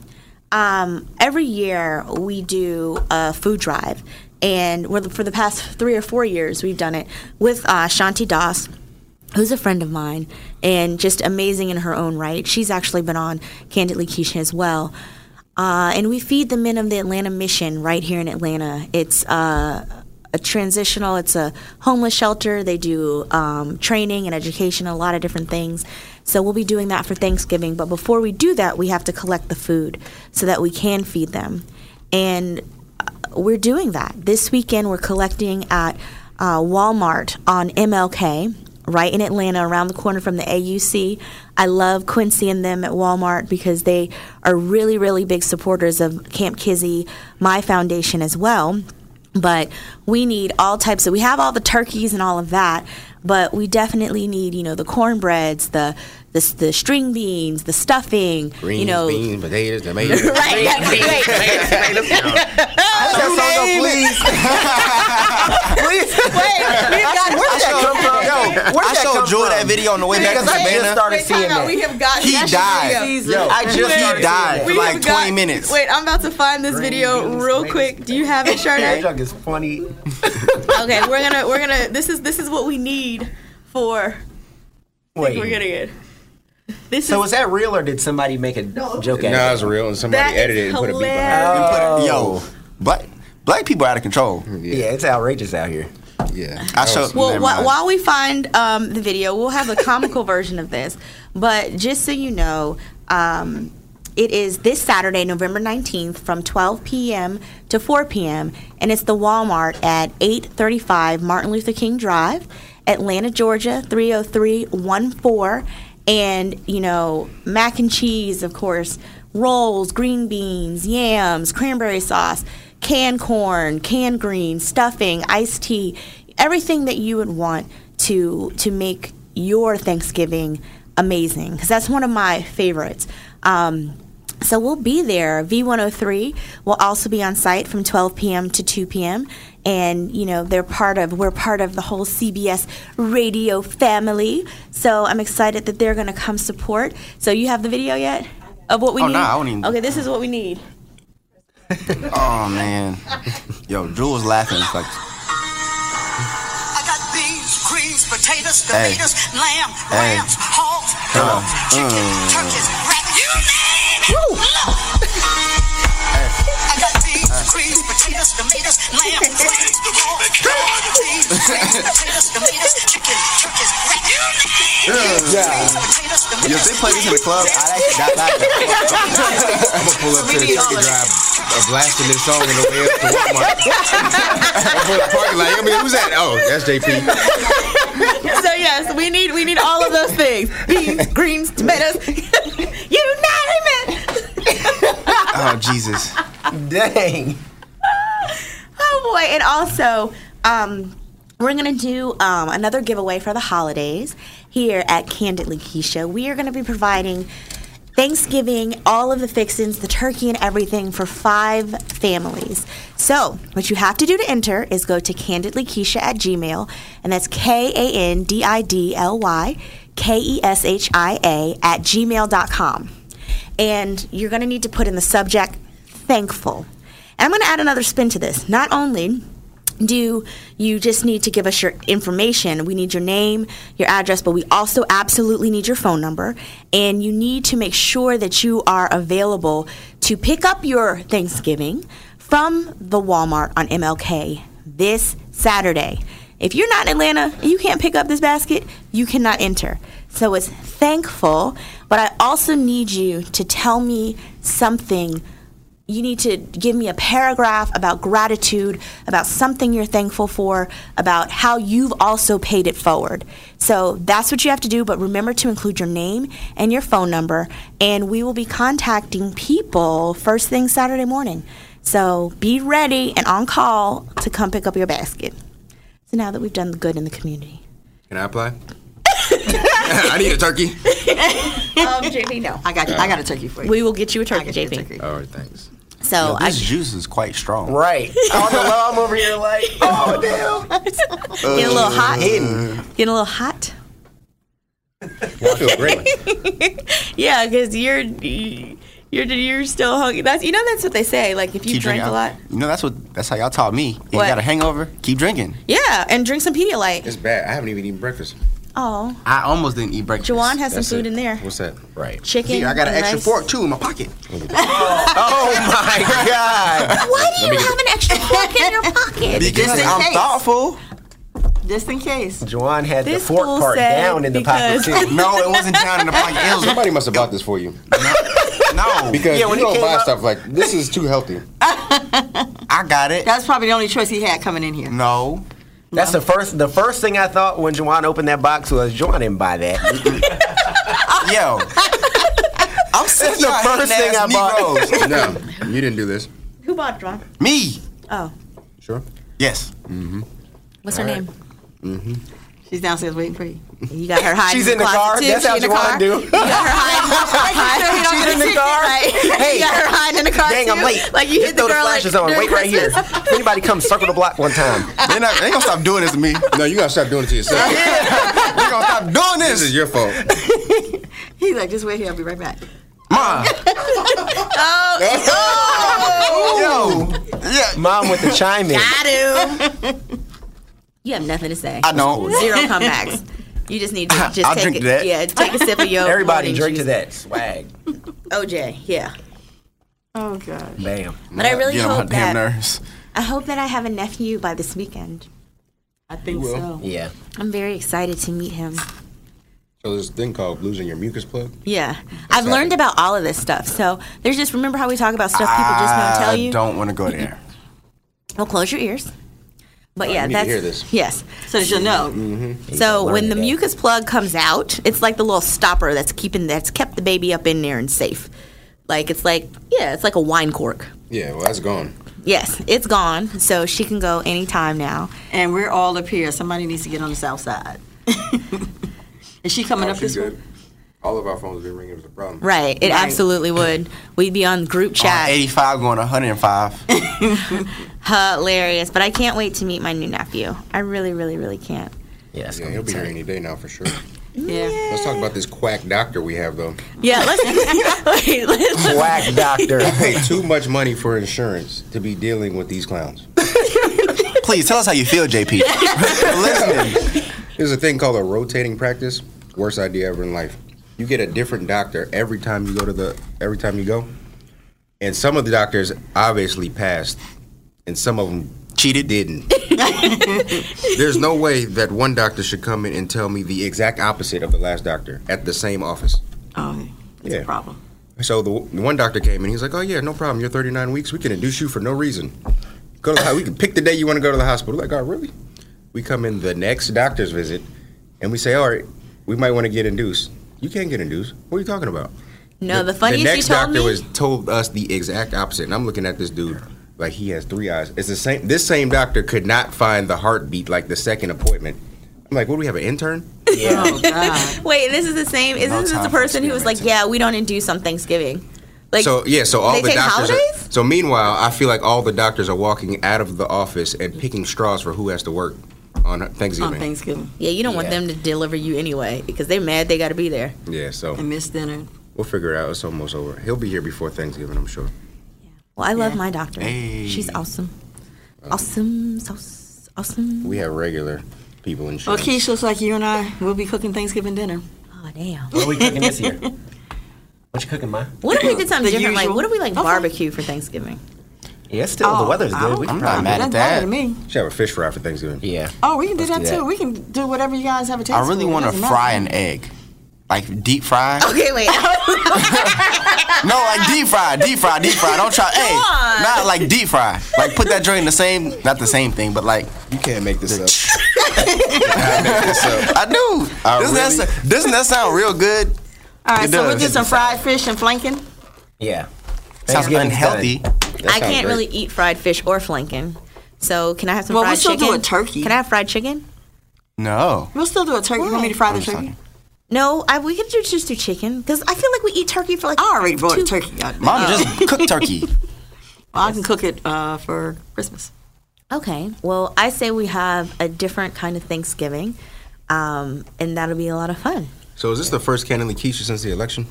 [SPEAKER 1] um, every year we do a food drive, and we're, for the past three or four years we've done it with uh, Shanti Das. Who's a friend of mine and just amazing in her own right. She's actually been on Candidly Keisha as well. Uh, and we feed the men of the Atlanta Mission right here in Atlanta. It's a transitional. It's a homeless shelter. They do um, training and education, a lot of different things. So we'll be doing that for Thanksgiving. But before we do that, we have to collect the food so that we can feed them. And uh, we're doing that this weekend. We're collecting at uh, Walmart on MLK. Right in Atlanta, around the corner from the AUC. I love Quincy and them at Walmart because they are really, really big supporters of Camp Kizzy, my foundation as well but we need all types of we have all the turkeys and all of that but we definitely need you know the cornbreads the the, the string beans the stuffing
[SPEAKER 5] greens,
[SPEAKER 1] you know
[SPEAKER 5] beans, potatoes, tomatoes.
[SPEAKER 1] right, right, right.
[SPEAKER 4] please. please.
[SPEAKER 2] Where did that come from? Yo, where
[SPEAKER 4] I
[SPEAKER 2] did that
[SPEAKER 4] showed
[SPEAKER 2] come
[SPEAKER 4] Joy
[SPEAKER 2] from?
[SPEAKER 4] that video on the way back to
[SPEAKER 2] Because I just
[SPEAKER 4] Savannah.
[SPEAKER 2] started seeing that.
[SPEAKER 3] We have got
[SPEAKER 4] He
[SPEAKER 3] that
[SPEAKER 4] died.
[SPEAKER 3] video.
[SPEAKER 2] Yo, I just
[SPEAKER 3] Wait.
[SPEAKER 2] started
[SPEAKER 4] He died
[SPEAKER 2] seeing
[SPEAKER 4] for
[SPEAKER 2] that.
[SPEAKER 4] like
[SPEAKER 3] have
[SPEAKER 4] 20 minutes.
[SPEAKER 3] Wait, I'm about to find this video
[SPEAKER 2] beans,
[SPEAKER 3] real
[SPEAKER 2] tomatoes.
[SPEAKER 3] quick. Do you have it,
[SPEAKER 2] That
[SPEAKER 3] Sharday?
[SPEAKER 2] junk is funny.
[SPEAKER 3] okay, we're gonna we're gonna this is this is what we need for
[SPEAKER 2] Wait.
[SPEAKER 3] we're gonna get. This
[SPEAKER 2] so
[SPEAKER 3] is
[SPEAKER 2] is that real or did somebody make a joke at
[SPEAKER 5] No,
[SPEAKER 2] it?
[SPEAKER 5] it's real, and somebody
[SPEAKER 3] That is
[SPEAKER 5] edited it and put a beat behind.
[SPEAKER 4] And put it- yo, black black people are out of control.
[SPEAKER 2] Yeah, it's outrageous out here.
[SPEAKER 5] it. Yeah,
[SPEAKER 4] I showed.
[SPEAKER 1] Well,
[SPEAKER 4] never
[SPEAKER 1] wh-
[SPEAKER 4] mind.
[SPEAKER 1] while we find um, the video, we'll have a comical version of this. But just so you know, um, it is this Saturday, November 19th, from 12 p.m. to 4 p.m., and it's the Walmart at 835 Martin Luther King Drive, Atlanta, Georgia, 30314. And, you know, mac and cheese, of course, rolls, green beans, yams, cranberry sauce, canned corn, canned greens, stuffing, iced tea everything that you would want to to make your Thanksgiving amazing because that's one of my favorites. Um, so we'll be there. V103 will also be on site from 12 p.m. to 2 p.m. And you know they're part of we're part of the whole CBS radio family. So I'm excited that they're going to come support. So you have the video yet of what we
[SPEAKER 4] Oh,
[SPEAKER 1] need?
[SPEAKER 4] nah, I don't even-
[SPEAKER 1] Okay, this is what we need.
[SPEAKER 4] Oh man, yo, Drew was laughing. It's like,
[SPEAKER 10] I got beans, greens, potatoes,
[SPEAKER 4] Hey.
[SPEAKER 10] tomatoes, lamb,
[SPEAKER 4] Hey.
[SPEAKER 10] rams, hogs,
[SPEAKER 4] Come on.
[SPEAKER 10] dogs, chicken,
[SPEAKER 4] Mm.
[SPEAKER 10] turkeys, rabbits. You name it. Look. I got beans, greens, potatoes, tomatoes, lamb, rams, hogs, dogs, beans, greens, potatoes, tomatoes, chicken, turkeys, rabbits. You name it.
[SPEAKER 4] yeah.
[SPEAKER 10] Potatoes,
[SPEAKER 4] Yo, if
[SPEAKER 10] tomatoes,
[SPEAKER 4] they play this in the club, I'd actually not like
[SPEAKER 5] I'm gonna pull up to the turkey drive, uh, blasting this song on the way up to Walmart. I pull up parking lot. I mean, who's that? Oh, that's JP.
[SPEAKER 1] so yes, we need we need all of those things: beans, greens, tomatoes. you name it.
[SPEAKER 4] Oh Jesus.
[SPEAKER 2] Dang.
[SPEAKER 1] Oh boy! And also, um, we're gonna do um, another giveaway for the holidays here at Candidly Keisha. We are gonna be providing Thanksgiving, all of the fixins, the turkey and everything for five families. So, what you have to do to enter is go to candidlykeisha at Gmail, and that's K A N D I D L Y K E S H I A at gmail.com. And you're gonna need to put in the subject thankful. And I'm going to add another spin to this. Not only do you just need to give us your information, we need your name, your address, but we also absolutely need your phone number. And you need to make sure that you are available to pick up your Thanksgiving from the Walmart on MLK this Saturday. If you're not in Atlanta and you can't pick up this basket, you cannot enter. So it's thankful, but I also need you to tell me something you need to give me a paragraph about gratitude, about something you're thankful for, about how you've also paid it forward. So that's what you have to do, but remember to include your name and your phone number, and we will be contacting people first thing Saturday morning. So be ready and on call to come pick up your basket. So now that we've done the good in the community.
[SPEAKER 5] Can I apply?
[SPEAKER 4] I need a turkey.
[SPEAKER 1] Um, JP, no.
[SPEAKER 3] I got you. I got a turkey for you.
[SPEAKER 1] We will get you a
[SPEAKER 3] I
[SPEAKER 1] turkey,
[SPEAKER 3] got you a
[SPEAKER 1] JP.
[SPEAKER 3] turkey.
[SPEAKER 5] All right, thanks.
[SPEAKER 1] So I,
[SPEAKER 4] This juice is quite strong.
[SPEAKER 2] Right. On the low, I'm over here like, oh, damn.
[SPEAKER 1] getting a little hot.
[SPEAKER 2] Hidden.
[SPEAKER 1] Getting a little hot.
[SPEAKER 5] I feel great.
[SPEAKER 1] Yeah, because you're you're you're still hungry. That's you know that's what they say. Like if you
[SPEAKER 4] Keep
[SPEAKER 1] drink
[SPEAKER 4] drinking.
[SPEAKER 1] a lot,
[SPEAKER 4] You know that's what that's how y'all taught me. If you
[SPEAKER 1] What?
[SPEAKER 4] got a hangover, keep drinking.
[SPEAKER 1] yeah, and drink some Pedialyte.
[SPEAKER 5] It's bad. I haven't even eaten breakfast.
[SPEAKER 1] Oh,
[SPEAKER 4] I almost didn't eat breakfast.
[SPEAKER 1] Juwan has some
[SPEAKER 5] That's
[SPEAKER 1] food
[SPEAKER 5] it.
[SPEAKER 1] in there.
[SPEAKER 5] What's that?
[SPEAKER 2] Right.
[SPEAKER 1] Chicken.
[SPEAKER 4] See, I got an
[SPEAKER 1] and
[SPEAKER 4] extra
[SPEAKER 1] rice.
[SPEAKER 4] fork too in my pocket.
[SPEAKER 2] Oh, my God.
[SPEAKER 1] Why do you have an extra fork in your pocket?
[SPEAKER 4] Because
[SPEAKER 3] in
[SPEAKER 4] I'm
[SPEAKER 3] case.
[SPEAKER 4] thoughtful.
[SPEAKER 3] Just in case.
[SPEAKER 2] Juwan had
[SPEAKER 1] This
[SPEAKER 2] the fork
[SPEAKER 1] fool
[SPEAKER 2] part
[SPEAKER 1] said
[SPEAKER 2] down in the pocket,
[SPEAKER 1] because-
[SPEAKER 2] too.
[SPEAKER 4] No, it wasn't down in the pocket. It was
[SPEAKER 5] Somebody must have bought this for you
[SPEAKER 4] no.
[SPEAKER 5] because
[SPEAKER 2] Yeah,
[SPEAKER 5] you
[SPEAKER 2] when it
[SPEAKER 5] don't
[SPEAKER 2] came
[SPEAKER 5] buy
[SPEAKER 2] out-
[SPEAKER 5] stuff like this. Is too healthy.
[SPEAKER 4] I got it.
[SPEAKER 3] That's probably the only choice he had coming in here.
[SPEAKER 4] No.
[SPEAKER 2] That's the first the first thing I thought when Juwan opened that box was, Juwan didn't buy that.
[SPEAKER 4] Yo. I'm sick
[SPEAKER 2] That's the
[SPEAKER 4] of
[SPEAKER 2] first thing I bought.
[SPEAKER 4] bought.
[SPEAKER 5] No, you didn't do this.
[SPEAKER 1] Who bought John?
[SPEAKER 4] Me.
[SPEAKER 1] Oh,
[SPEAKER 5] Sure.
[SPEAKER 4] Yes.
[SPEAKER 1] what's her name?
[SPEAKER 3] She's downstairs waiting for you.
[SPEAKER 1] You got her hiding.
[SPEAKER 2] She's in the car.
[SPEAKER 1] closet, too.
[SPEAKER 2] That's
[SPEAKER 1] She
[SPEAKER 2] how
[SPEAKER 1] in the
[SPEAKER 2] Juwan
[SPEAKER 1] car.
[SPEAKER 2] do.
[SPEAKER 1] You got her hiding. hiding.
[SPEAKER 2] She's in the car.
[SPEAKER 1] Right.
[SPEAKER 2] Hey.
[SPEAKER 1] you got her hiding in the car.
[SPEAKER 2] Dang,
[SPEAKER 1] too.
[SPEAKER 2] I'm late.
[SPEAKER 1] Like you
[SPEAKER 2] Just
[SPEAKER 1] hit the
[SPEAKER 2] throw
[SPEAKER 1] girl.
[SPEAKER 2] the flashes
[SPEAKER 1] like,
[SPEAKER 2] on.
[SPEAKER 1] during
[SPEAKER 2] Wait right here.
[SPEAKER 1] Christmas.
[SPEAKER 2] If anybody come circle the block one time.
[SPEAKER 4] They're not, they ain't gonna stop doing this to me.
[SPEAKER 5] No, you gotta stop doing it to yourself.
[SPEAKER 4] They're gonna stop doing
[SPEAKER 5] This
[SPEAKER 4] this.
[SPEAKER 5] is your fault.
[SPEAKER 3] He's like, just wait here. I'll be right back.
[SPEAKER 4] Ma. Oh. Yo. Yeah.
[SPEAKER 2] Mom with the chime in.
[SPEAKER 1] I do. you have nothing to say.
[SPEAKER 4] I know.
[SPEAKER 1] Zero comebacks. You just need to just
[SPEAKER 4] I'll
[SPEAKER 1] take
[SPEAKER 4] drink
[SPEAKER 1] a,
[SPEAKER 4] to that.
[SPEAKER 1] Yeah, take a sip of your
[SPEAKER 2] Everybody
[SPEAKER 1] morning
[SPEAKER 2] drink to
[SPEAKER 1] juice.
[SPEAKER 2] that. Swag.
[SPEAKER 1] OJ, yeah.
[SPEAKER 3] Oh gosh.
[SPEAKER 2] Bam.
[SPEAKER 1] But I really
[SPEAKER 4] Get on my
[SPEAKER 1] hope
[SPEAKER 4] damn
[SPEAKER 1] that
[SPEAKER 4] nerves.
[SPEAKER 1] I hope that I have a nephew by this weekend.
[SPEAKER 3] I think so.
[SPEAKER 2] Yeah.
[SPEAKER 1] I'm very excited to meet him.
[SPEAKER 5] So this thing called losing your mucus plug.
[SPEAKER 1] Yeah, I've learned about all of this stuff. So there's just remember how we talk about stuff people just don't
[SPEAKER 5] Ah,
[SPEAKER 1] tell
[SPEAKER 4] I
[SPEAKER 1] you.
[SPEAKER 4] don't want to go there.
[SPEAKER 1] Well, close your ears. But yeah,
[SPEAKER 5] need to
[SPEAKER 1] that's
[SPEAKER 5] hear this. Mm-hmm.
[SPEAKER 1] yes.
[SPEAKER 3] So that you'll know.
[SPEAKER 1] So
[SPEAKER 2] learn
[SPEAKER 1] when the
[SPEAKER 2] today.
[SPEAKER 1] mucus plug comes out, it's like the little stopper that's keeping that's kept the baby up in there and safe. Like it's like yeah, it's like a wine cork.
[SPEAKER 5] Yeah, well that's gone.
[SPEAKER 1] Yes, it's gone. So she can go anytime now.
[SPEAKER 3] And we're all up here. Somebody needs to get on the south side. Is she coming up this way?
[SPEAKER 5] all of our phones been ringing was a problem.
[SPEAKER 1] Right. It absolutely would. We'd be on group chat.
[SPEAKER 4] 85 going to 105.
[SPEAKER 1] Hilarious. But I can't wait to meet my new nephew. I really, really, really can't.
[SPEAKER 2] Yes.
[SPEAKER 5] Yeah, he'll be here any day now for sure.
[SPEAKER 1] Yeah.
[SPEAKER 5] Let's talk about this quack doctor we have though.
[SPEAKER 1] Yeah. Let's. wait, let's
[SPEAKER 2] Whack doctor.
[SPEAKER 5] I pay too much money for insurance to be dealing with these clowns.
[SPEAKER 4] Please tell us how you feel, JP. Listen,
[SPEAKER 5] There's a thing called a rotating practice. Worst idea ever in life. You get a different doctor every time you go to the every time you go, and some of the doctors obviously passed, and some of them cheated didn't. There's no way that one doctor should come in and tell me the exact opposite of the last doctor at the same office.
[SPEAKER 3] Oh, it's
[SPEAKER 5] Yeah.
[SPEAKER 3] a problem.
[SPEAKER 5] So the, the one doctor came in. He's like, "Oh yeah, no problem. You're 39 weeks. We can induce you for no reason. Go to the, ho- we can pick the day you want to go to the hospital." Like, "Oh really?" We come in the next doctor's visit, and we say, "All right, we might want to get induced." You can't get induced. What are you talking about?
[SPEAKER 1] No, the, funniest
[SPEAKER 5] the next
[SPEAKER 1] you told
[SPEAKER 5] doctor
[SPEAKER 1] me.
[SPEAKER 5] was told us the exact opposite, and I'm looking at this dude like he has three eyes. It's the same. This same doctor could not find the heartbeat like the second appointment. I'm like, "What do we have? An intern?"
[SPEAKER 3] Oh God.
[SPEAKER 1] wait, this is the same. Isn't
[SPEAKER 4] No
[SPEAKER 1] this
[SPEAKER 4] time
[SPEAKER 1] the
[SPEAKER 4] for
[SPEAKER 1] person who was like, "Yeah, we don't induce on Thanksgiving"? Like,
[SPEAKER 5] so yeah, so all
[SPEAKER 1] they
[SPEAKER 5] the
[SPEAKER 1] take
[SPEAKER 5] doctors. are-
[SPEAKER 1] holidays?
[SPEAKER 5] so meanwhile, I feel like all the doctors are walking out of the office and picking straws for who has to work on Thanksgiving.
[SPEAKER 3] On Thanksgiving.
[SPEAKER 1] yeah, you don't want them to deliver you anyway because they're mad they got to be there.
[SPEAKER 5] yeah, so
[SPEAKER 3] And miss dinner.
[SPEAKER 5] we'll figure it out. It's almost over. He'll be here before Thanksgiving, I'm sure.
[SPEAKER 1] Well, I love my doctor. She's awesome. Awesome, sauce, awesome.
[SPEAKER 5] We have regular people in.
[SPEAKER 3] Well, Keisha, looks like you and I will be cooking Thanksgiving dinner.
[SPEAKER 1] Oh damn!
[SPEAKER 2] What are we cooking this year? What you cooking, Ma?
[SPEAKER 1] What if we did something
[SPEAKER 3] The
[SPEAKER 1] different? Like,
[SPEAKER 3] usual.
[SPEAKER 1] what if we like
[SPEAKER 3] Okay.
[SPEAKER 1] barbecue for Thanksgiving?
[SPEAKER 2] Yeah, it's still the weather's good. We
[SPEAKER 4] I'm
[SPEAKER 2] can
[SPEAKER 4] not
[SPEAKER 2] probably.
[SPEAKER 4] mad at
[SPEAKER 3] That's better to
[SPEAKER 4] that.
[SPEAKER 3] me.
[SPEAKER 5] Should have a fish fry for Thanksgiving.
[SPEAKER 2] Yeah.
[SPEAKER 3] Oh, we can do
[SPEAKER 2] Let's
[SPEAKER 3] that,
[SPEAKER 2] do that.
[SPEAKER 3] too. We can do whatever you guys have a taste.
[SPEAKER 4] I really
[SPEAKER 3] for. It
[SPEAKER 4] want to
[SPEAKER 3] doesn't matter.
[SPEAKER 4] fry an egg. Like deep fry?
[SPEAKER 1] Okay, wait.
[SPEAKER 4] No, like deep fry, deep fry, deep fry. Don't try. Hey, not like deep fry. Like put that joint in the same, not the same thing, but like
[SPEAKER 5] You can't make this up. You cannot make this up.
[SPEAKER 4] I do.
[SPEAKER 5] I
[SPEAKER 4] doesn't,
[SPEAKER 5] really-
[SPEAKER 4] that, sou- doesn't that sound real good?
[SPEAKER 3] All right,
[SPEAKER 4] It
[SPEAKER 3] so we'll
[SPEAKER 4] does.
[SPEAKER 3] get some fried fish and flanking.
[SPEAKER 2] Yeah.
[SPEAKER 4] Sounds
[SPEAKER 2] Thanksgiving's
[SPEAKER 4] unhealthy.
[SPEAKER 2] done.
[SPEAKER 5] That
[SPEAKER 1] I
[SPEAKER 5] sounds
[SPEAKER 1] can't
[SPEAKER 5] great.
[SPEAKER 1] really eat fried fish or flanken. So can I have some
[SPEAKER 3] Well, we'll
[SPEAKER 1] fried
[SPEAKER 3] still do
[SPEAKER 1] chicken?
[SPEAKER 3] a turkey.
[SPEAKER 1] Can I have fried chicken?
[SPEAKER 4] No.
[SPEAKER 3] We'll still do a turkey. You want me to fry the turkey?
[SPEAKER 1] No, I, we could do just do chicken because I feel like we eat turkey for like.
[SPEAKER 3] I already bought a
[SPEAKER 1] two-
[SPEAKER 3] turkey. out.
[SPEAKER 4] Mom just cooked turkey.
[SPEAKER 3] I can cook it uh, for Christmas.
[SPEAKER 1] Okay, well, I say we have a different kind of Thanksgiving, um, and that'll be a lot of fun.
[SPEAKER 5] So is this the first candidly Keisha since the election?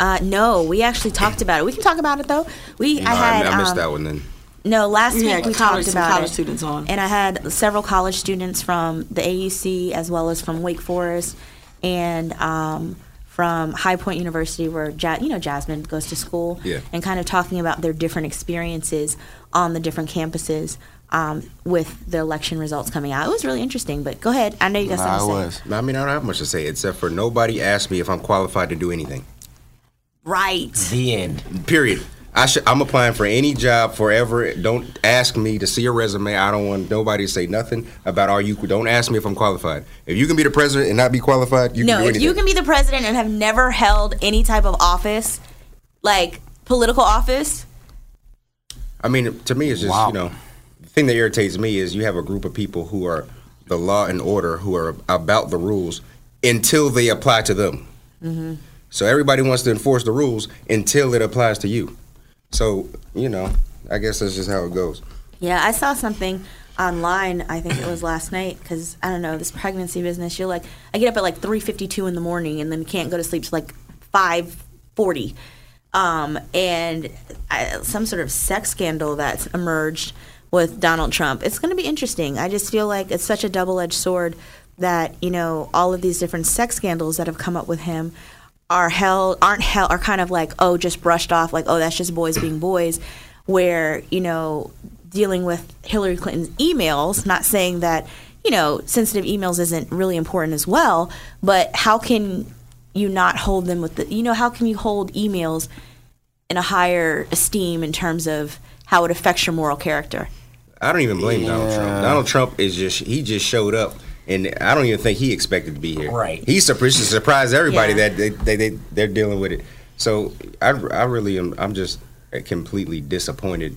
[SPEAKER 1] Uh, no, we actually talked about it. We can talk about it though. We I
[SPEAKER 5] No,
[SPEAKER 1] had
[SPEAKER 5] I, I missed
[SPEAKER 1] um,
[SPEAKER 5] that one then.
[SPEAKER 1] No, last week we
[SPEAKER 3] college,
[SPEAKER 1] talked
[SPEAKER 3] some
[SPEAKER 1] about
[SPEAKER 3] college
[SPEAKER 1] it.
[SPEAKER 3] students on.
[SPEAKER 1] and I had several college students from the AUC as well as from Wake Forest and um, from High Point University, where ja- you know Jasmine goes to school,
[SPEAKER 5] Yeah.
[SPEAKER 1] and kind of talking about their different experiences on the different campuses um, with the election results coming out. It was really interesting. But go ahead, I know you got
[SPEAKER 4] Nah, I
[SPEAKER 1] something to say.
[SPEAKER 4] was.
[SPEAKER 5] I mean, I don't have much to say except for nobody asked me if I'm qualified to do anything.
[SPEAKER 1] Right.
[SPEAKER 2] The end.
[SPEAKER 5] Period. I should. I'm applying for any job forever. Don't ask me to see a resume. I don't want nobody to say nothing about are you. Don't ask me if I'm qualified. If you can be the president and not be qualified, you
[SPEAKER 1] No,
[SPEAKER 5] can do
[SPEAKER 1] if
[SPEAKER 5] anything.
[SPEAKER 1] you can be the president and have never held any type of office, like political office.
[SPEAKER 5] I mean, to me, it's just
[SPEAKER 4] Wow.
[SPEAKER 5] you know, the thing that irritates me is you have a group of people who are the law and order, who are about the rules until they apply to them.
[SPEAKER 1] Mm-hmm.
[SPEAKER 5] So everybody wants to enforce the rules until it applies to you. So you know, I guess that's just how it goes.
[SPEAKER 1] Yeah, I saw something online. I think it was last night because I don't know this pregnancy business. You're like, I get up at like three fifty two in the morning and then can't go to sleep till like five forty. Um, and I, some sort of sex scandal that's emerged with Donald Trump. It's going to be interesting. I just feel like it's such a double edged sword that you know all of these different sex scandals that have come up with him are held aren't held are kind of like oh just brushed off like oh that's just boys being boys where you know dealing with Hillary Clinton's emails not saying that you know sensitive emails isn't really important as well but how can you not hold them with the you know how can you hold emails in a higher esteem in terms of how it affects your moral character
[SPEAKER 5] I don't even blame Donald Trump. Donald Trump is just he just showed up, and I don't even think he expected to be here.
[SPEAKER 2] Right.
[SPEAKER 5] He surprised surprised everybody
[SPEAKER 1] Yeah.
[SPEAKER 5] that they, they they they're dealing with it. So I I really am I'm just completely disappointed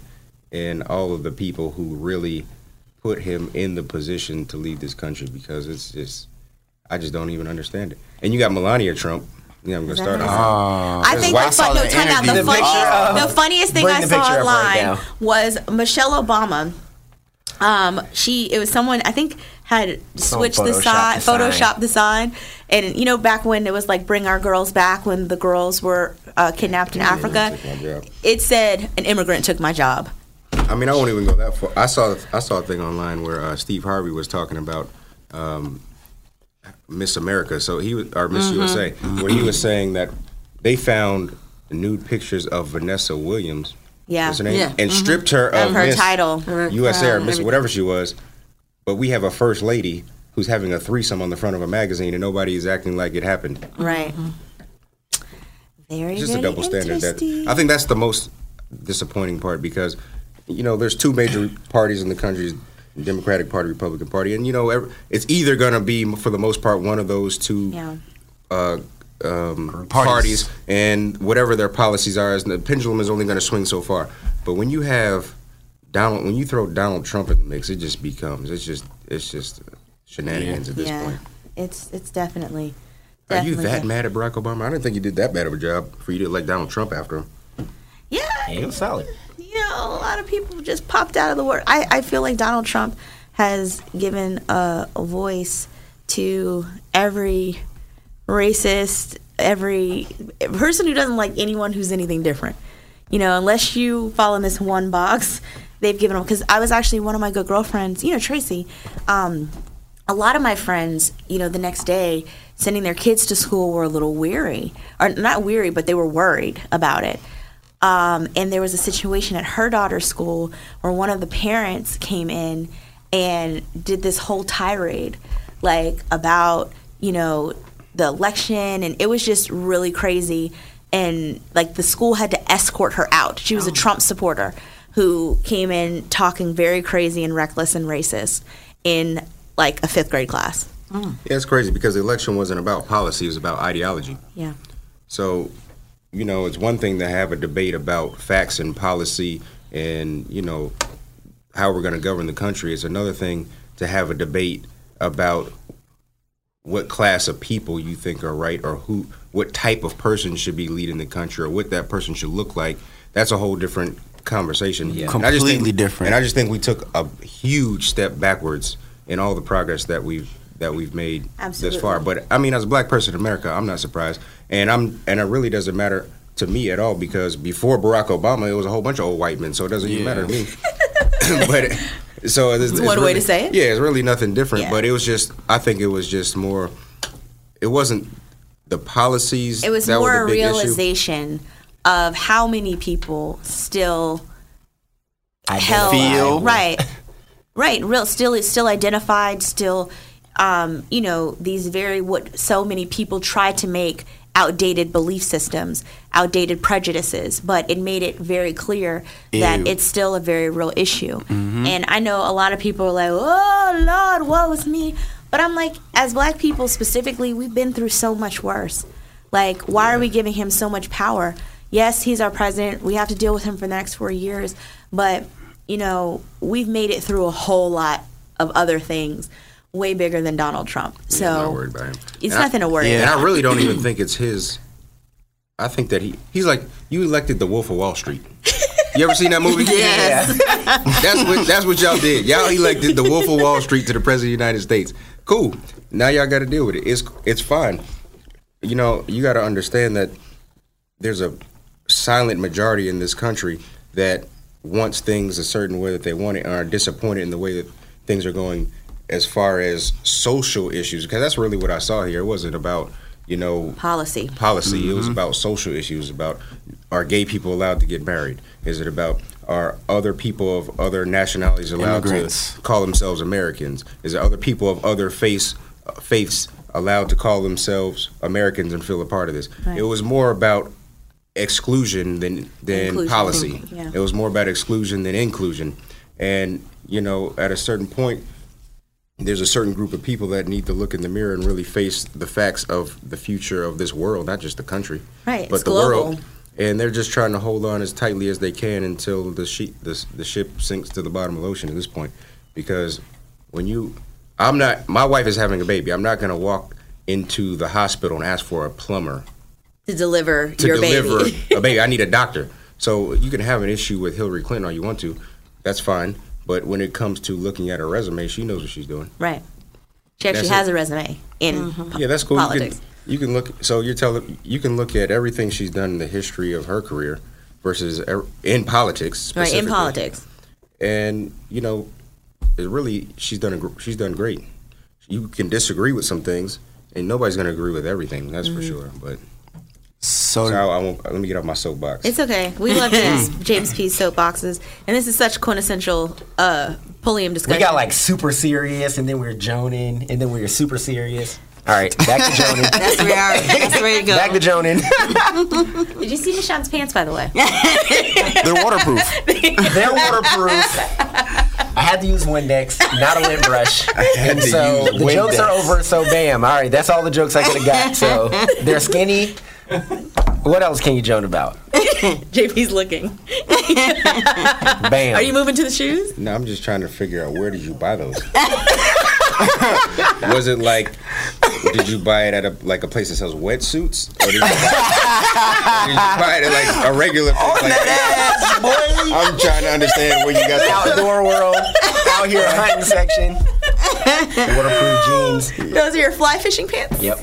[SPEAKER 5] in all of the people who really put him in the position to lead this country because it's just I just don't even understand it. And you got Melania Trump, Yeah, I'm gonna
[SPEAKER 1] That
[SPEAKER 5] start
[SPEAKER 1] makes
[SPEAKER 5] off.
[SPEAKER 4] Uh,
[SPEAKER 5] Uh,
[SPEAKER 1] sense. I think the, fun, no, time out. The, funniest, the funniest thing
[SPEAKER 5] Bring
[SPEAKER 1] I
[SPEAKER 5] the
[SPEAKER 1] saw
[SPEAKER 5] picture up right
[SPEAKER 1] online
[SPEAKER 5] now.
[SPEAKER 1] was Michelle Obama. Um, she it was someone I think had
[SPEAKER 11] Someone
[SPEAKER 1] switched the
[SPEAKER 11] photoshopped
[SPEAKER 1] sign,
[SPEAKER 11] the sign.
[SPEAKER 1] photoshopped the sign, and you know back when it was like "Bring our girls back" when the girls were uh, kidnapped in Africa, it said an immigrant took my job.
[SPEAKER 5] I mean, I won't even go that far. I saw I saw a thing online where uh, Steve Harvey was talking about um, Miss America, so he was, or Miss
[SPEAKER 1] Mm-hmm.
[SPEAKER 12] Mhm.
[SPEAKER 5] USA, where he was saying that they found nude pictures of Vanessa Williams,
[SPEAKER 1] Yeah,
[SPEAKER 5] what's her name,
[SPEAKER 1] yeah.
[SPEAKER 5] and
[SPEAKER 1] Mhm.
[SPEAKER 5] stripped her of,
[SPEAKER 1] Of her
[SPEAKER 5] Oh, Miss
[SPEAKER 1] title. Her
[SPEAKER 5] USA or
[SPEAKER 1] crown,
[SPEAKER 5] Miss
[SPEAKER 1] everything.
[SPEAKER 5] whatever she was. But we have a first lady who's having a threesome on the front of a magazine, and nobody is acting like it happened.
[SPEAKER 1] Right. Very
[SPEAKER 5] It's just a
[SPEAKER 1] very
[SPEAKER 5] double standard. That
[SPEAKER 1] interesting.
[SPEAKER 5] I think that's the most disappointing part because you know there's two major parties in the country: Democratic Party, Republican Party, and you know ev- it's either going to be for the most part one of those two
[SPEAKER 1] Yeah.
[SPEAKER 5] uh, um, parties. and whatever their policies are, is the pendulum is only going to swing so far. But when you have Donald, when you throw Donald Trump in the mix, it just becomes it's just it's just shenanigans at this
[SPEAKER 1] yeah.
[SPEAKER 5] point.
[SPEAKER 1] It's it's definitely.
[SPEAKER 5] Are you
[SPEAKER 1] definitely
[SPEAKER 5] that mad at Barack Obama? I didn't think you did that bad of a job for you to elect Donald Trump after him.
[SPEAKER 1] Yeah,
[SPEAKER 5] He was solid.
[SPEAKER 1] you know, a lot of people just popped out of the word. I, I feel like Donald Trump has given a, a voice to every racist, every person who doesn't like anyone who's anything different. You know, unless you fall in this one box, they've given them. Because I was actually one of my good girlfriends, you know, Tracy. Um, a lot of my friends, you know, the next day sending their kids to school were a little weary, or not weary, but they were worried about it. Um, and there was a situation at her daughter's school where one of the parents came in and did this whole tirade, like about you know the election, and it was just really crazy. And like the school had to escort her out. She was a Trump supporter who came in talking very crazy and reckless and racist in like a fifth grade class.
[SPEAKER 5] Yeah, it's crazy because the election wasn't about policy; it was about ideology.
[SPEAKER 1] Yeah.
[SPEAKER 5] So, you know, it's one thing to have a debate about facts and policy, and you know how we're going to govern the country. It's another thing to have a debate about what class of people you think are right, or who, what type of person should be leading the country, or what that person should look like. That's a whole different conversation.
[SPEAKER 4] Yeah.
[SPEAKER 5] And I just think-
[SPEAKER 4] Completely different.
[SPEAKER 5] And I just think we took a huge step backwards in all the progress that we've that we've made this far.
[SPEAKER 1] Absolutely.
[SPEAKER 5] But I mean, as a black person in America, I'm not surprised, and I'm and it really doesn't matter to me at all because before Barack Obama, it was a whole bunch of old white men, so it doesn't even matter to me. but so it's,
[SPEAKER 1] One way
[SPEAKER 5] really-
[SPEAKER 1] to say it.
[SPEAKER 5] Yeah, it's really nothing different.
[SPEAKER 1] Yeah.
[SPEAKER 5] But it was just, I think it was just more. It wasn't the policies.
[SPEAKER 1] It was
[SPEAKER 5] that
[SPEAKER 1] more
[SPEAKER 5] were
[SPEAKER 1] a
[SPEAKER 5] the big issue.
[SPEAKER 1] realization of how many people still held
[SPEAKER 5] Feel.
[SPEAKER 1] right, right, real still is still identified, still, um, you know, these very what so many people try to make outdated belief systems, outdated prejudices, but it made it very clear that
[SPEAKER 11] Ew.
[SPEAKER 1] it's still a very real issue.
[SPEAKER 5] Mm-hmm.
[SPEAKER 1] And I know a lot of people are like, oh, Lord, woe is me. But I'm like, as black people specifically, we've been through so much worse. Like, why are we giving him so much power? Yes, he's our president. We have to deal with him for the next four years. But, you know, we've made it through a whole lot of other things way bigger than Donald Trump. So,
[SPEAKER 5] I'm not worried about him.
[SPEAKER 1] it's nothing to worry
[SPEAKER 5] yeah.
[SPEAKER 1] about.
[SPEAKER 5] And I really don't even think it's his. I think that he he's like you elected the Wolf of Wall Street. You ever seen that movie?
[SPEAKER 10] Yes.
[SPEAKER 5] that's what that's what y'all did. Y'all elected the Wolf of Wall Street to the president of the United States. Cool. Now y'all got to deal with it. It's it's fine. You know you got to understand that there's a silent majority in this country that wants things a certain way that they want it and are disappointed in the way that things are going as far as social issues because that's really what I saw here. It wasn't about you know
[SPEAKER 1] Policy.
[SPEAKER 5] policy. It was about social issues. About are gay people allowed to get married? Is it about are other people of other nationalities allowed
[SPEAKER 4] Immigrants.
[SPEAKER 5] to call themselves Americans? Is it other people of other face faiths allowed to call themselves Americans and feel a part of this?
[SPEAKER 4] Right.
[SPEAKER 5] It was more about exclusion than than
[SPEAKER 4] Inclusion.
[SPEAKER 5] policy.
[SPEAKER 4] Yeah.
[SPEAKER 5] It was more about exclusion than inclusion. And you know, at a certain point, there's a certain group of people that need to look in the mirror and really face the facts of the future of this world, not just the country,
[SPEAKER 1] Right,
[SPEAKER 5] but
[SPEAKER 1] it's
[SPEAKER 5] the
[SPEAKER 1] global.
[SPEAKER 5] world. And they're just trying to hold on as tightly as they can until the she- the, s- the ship sinks to the bottom of the ocean at this point. Because when you, I'm not, my wife is having a baby. I'm not going to walk into the hospital and ask for a plumber
[SPEAKER 11] to deliver
[SPEAKER 5] to
[SPEAKER 11] your
[SPEAKER 5] deliver
[SPEAKER 11] baby.
[SPEAKER 5] a baby. I need a doctor. So you can have an issue with Hillary Clinton all you want to. That's fine. But when it comes to looking at her resume, she knows what she's doing.
[SPEAKER 1] Right. She actually has
[SPEAKER 5] That's it.
[SPEAKER 1] a resume in po-
[SPEAKER 5] Yeah, that's cool.
[SPEAKER 1] politics.
[SPEAKER 5] You can, you can look. So you're telling you can look at everything she's done in the history of her career versus ev- in politics.
[SPEAKER 11] Right, in
[SPEAKER 5] specifically.
[SPEAKER 11] politics.
[SPEAKER 5] And you know, it really she's done a, gr- she's done great. You can disagree with some things, and nobody's going to agree with everything. That's for
[SPEAKER 11] Mm-hmm.
[SPEAKER 1] Mhm.
[SPEAKER 5] sure. But so, I won't, let me get off my soapbox.
[SPEAKER 1] It's okay. We love James, James P. soapboxes, and this is such quintessential uh, Pulliam discussion.
[SPEAKER 2] We got like super serious, and then we were joning, and then we were super serious. All right, back to joning.
[SPEAKER 1] That's where That's where you go.
[SPEAKER 2] Back to joning.
[SPEAKER 1] Did you see Michonne's pants, by the way?
[SPEAKER 2] They're waterproof. They're waterproof. I had to use Windex, not a lint brush.
[SPEAKER 10] had
[SPEAKER 2] And
[SPEAKER 10] to
[SPEAKER 2] so
[SPEAKER 10] use
[SPEAKER 2] the jokes are
[SPEAKER 10] Windex.
[SPEAKER 2] over, so bam. All right, that's all the jokes I could have got. So they're skinny. What else can you joan about?
[SPEAKER 11] JP's looking.
[SPEAKER 2] Bam.
[SPEAKER 11] Are you moving to the shoes?
[SPEAKER 5] No, I'm just trying to figure out where did you buy those? Was it like did you buy it at a like a place that sells wetsuits? Or did you buy, did you buy it at like a regular place? Like, I'm trying to understand where you got the
[SPEAKER 2] outdoor world out here hunting section. Waterproof jeans.
[SPEAKER 11] Those are your fly fishing pants?
[SPEAKER 2] Yep.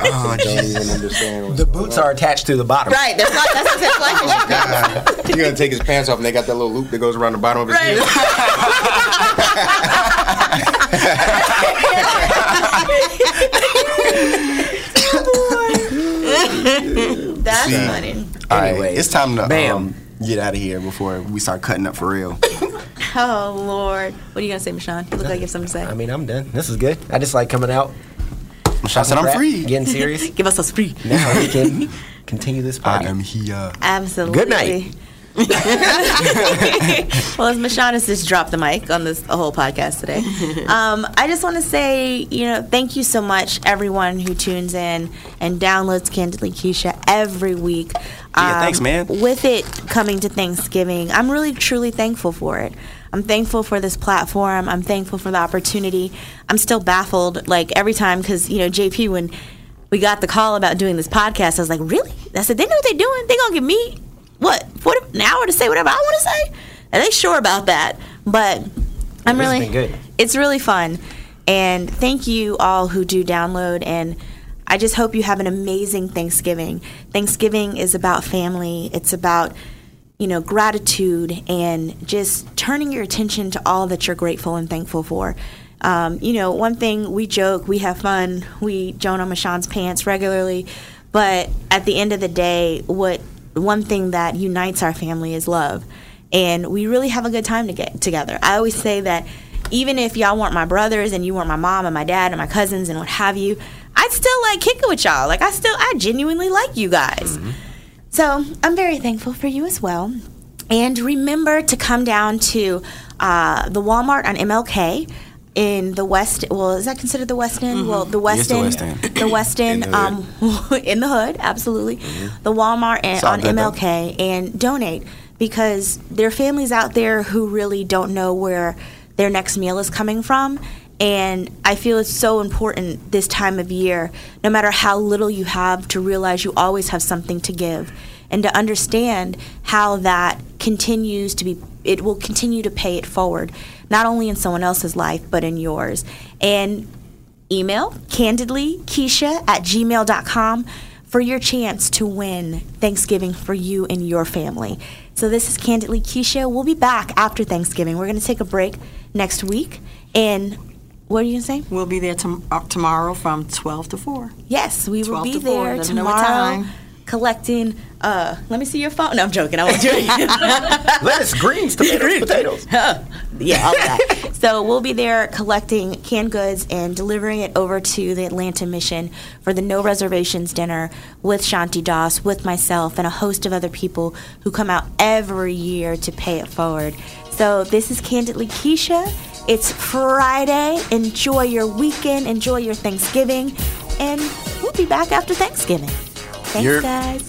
[SPEAKER 2] Oh, I don't even
[SPEAKER 5] understand.
[SPEAKER 2] The boots are attached to the bottom.
[SPEAKER 11] Right, they're fly, that's what they're fly fishing pants.
[SPEAKER 5] You're gonna take his pants off and they got that little loop that goes around the bottom of his heel.
[SPEAKER 11] That's
[SPEAKER 4] See?
[SPEAKER 11] funny.
[SPEAKER 4] All right, it's time to
[SPEAKER 2] bam.
[SPEAKER 4] um, get out of here before we start cutting up for real.
[SPEAKER 1] Oh Lord, what are you gonna say, Michonne? You look like you have something to say.
[SPEAKER 2] I mean, I'm done. This is good. I just like coming out.
[SPEAKER 4] I said I'm
[SPEAKER 2] Crap,
[SPEAKER 4] free.
[SPEAKER 2] Getting serious.
[SPEAKER 1] Give us a spree.
[SPEAKER 2] Now we can continue this party. I am here.
[SPEAKER 1] Absolutely.
[SPEAKER 2] Good night.
[SPEAKER 1] well, as Michonne has just dropped the mic on this whole podcast today, um, I just want to say, you know, thank you so much, everyone who tunes in and downloads Candidly Keisha every week. Um,
[SPEAKER 4] Yeah, thanks, man.
[SPEAKER 1] With it coming to Thanksgiving, I'm really truly thankful for it. I'm thankful for this platform. I'm thankful for the opportunity. I'm still baffled, like every time, because you know, JP when we got the call about doing this podcast. I was like, really? I said, they know what they're doing. They gonna give me what 40, an hour to say whatever I want to say? Are they sure about that? But I'm
[SPEAKER 10] This has
[SPEAKER 1] really,
[SPEAKER 10] been good.
[SPEAKER 1] it's really fun, and thank you all who do download. And I just hope you have an amazing Thanksgiving. Thanksgiving is about family. It's about you know, gratitude and just turning your attention to all that you're grateful and thankful for. Um, you know, one thing we joke, we have fun, we Jonah Michonne's pants regularly, but at the end of the day, what one thing that unites our family is love, and we really have a good time to get together. I always say that even if y'all weren't my brothers and you weren't my mom and my dad and my cousins and what have you, I'd still like kick it with y'all. Like I still, I genuinely like you guys.
[SPEAKER 10] Mm-hmm.
[SPEAKER 1] So I'm very thankful for you as well. And remember to come down to uh, the Walmart on MLK in the West. Well, is that considered the West End? Well, the West,
[SPEAKER 10] Mm-hmm. Yes, the
[SPEAKER 1] End,
[SPEAKER 10] West End.
[SPEAKER 1] the West End,
[SPEAKER 10] In the Mm-hmm.
[SPEAKER 1] um, in the hood, absolutely. The Walmart and,
[SPEAKER 10] It's all
[SPEAKER 1] on
[SPEAKER 10] good, though.
[SPEAKER 1] MLK and donate because there are families out there who really don't know where their next meal is coming from. And I feel it's so important this time of year, no matter how little you have, to realize you always have something to give and to understand how that continues to be, it will continue to pay it forward, not only in someone else's life, but in yours. And email candidly keisha at gmail.com for your chance to win Thanksgiving for you and your family. So this is Candidly Keisha. We'll be back after Thanksgiving. We're going to take a break next week. And what are you going to say?
[SPEAKER 3] We'll be there tom- uh, tomorrow from 12 to 4.
[SPEAKER 1] Yes, we will
[SPEAKER 3] 12
[SPEAKER 1] be
[SPEAKER 3] to 4,
[SPEAKER 1] there
[SPEAKER 3] let 'em know what
[SPEAKER 1] tomorrow
[SPEAKER 3] time.
[SPEAKER 1] collecting. Uh, let me see your phone. No, I'm joking. I won't do it.
[SPEAKER 2] Lettuce, greens, tomatoes, potatoes.
[SPEAKER 1] yeah, all of that. so we'll be there collecting canned goods and delivering it over to the Atlanta Mission for the No Reservations dinner with Shanti Das, with myself, and a host of other people who come out every year to pay it forward. So this is Candidly Keisha. It's Friday. Enjoy your weekend. Enjoy your Thanksgiving. And we'll be back after Thanksgiving. Thanks,
[SPEAKER 4] You're-
[SPEAKER 1] guys.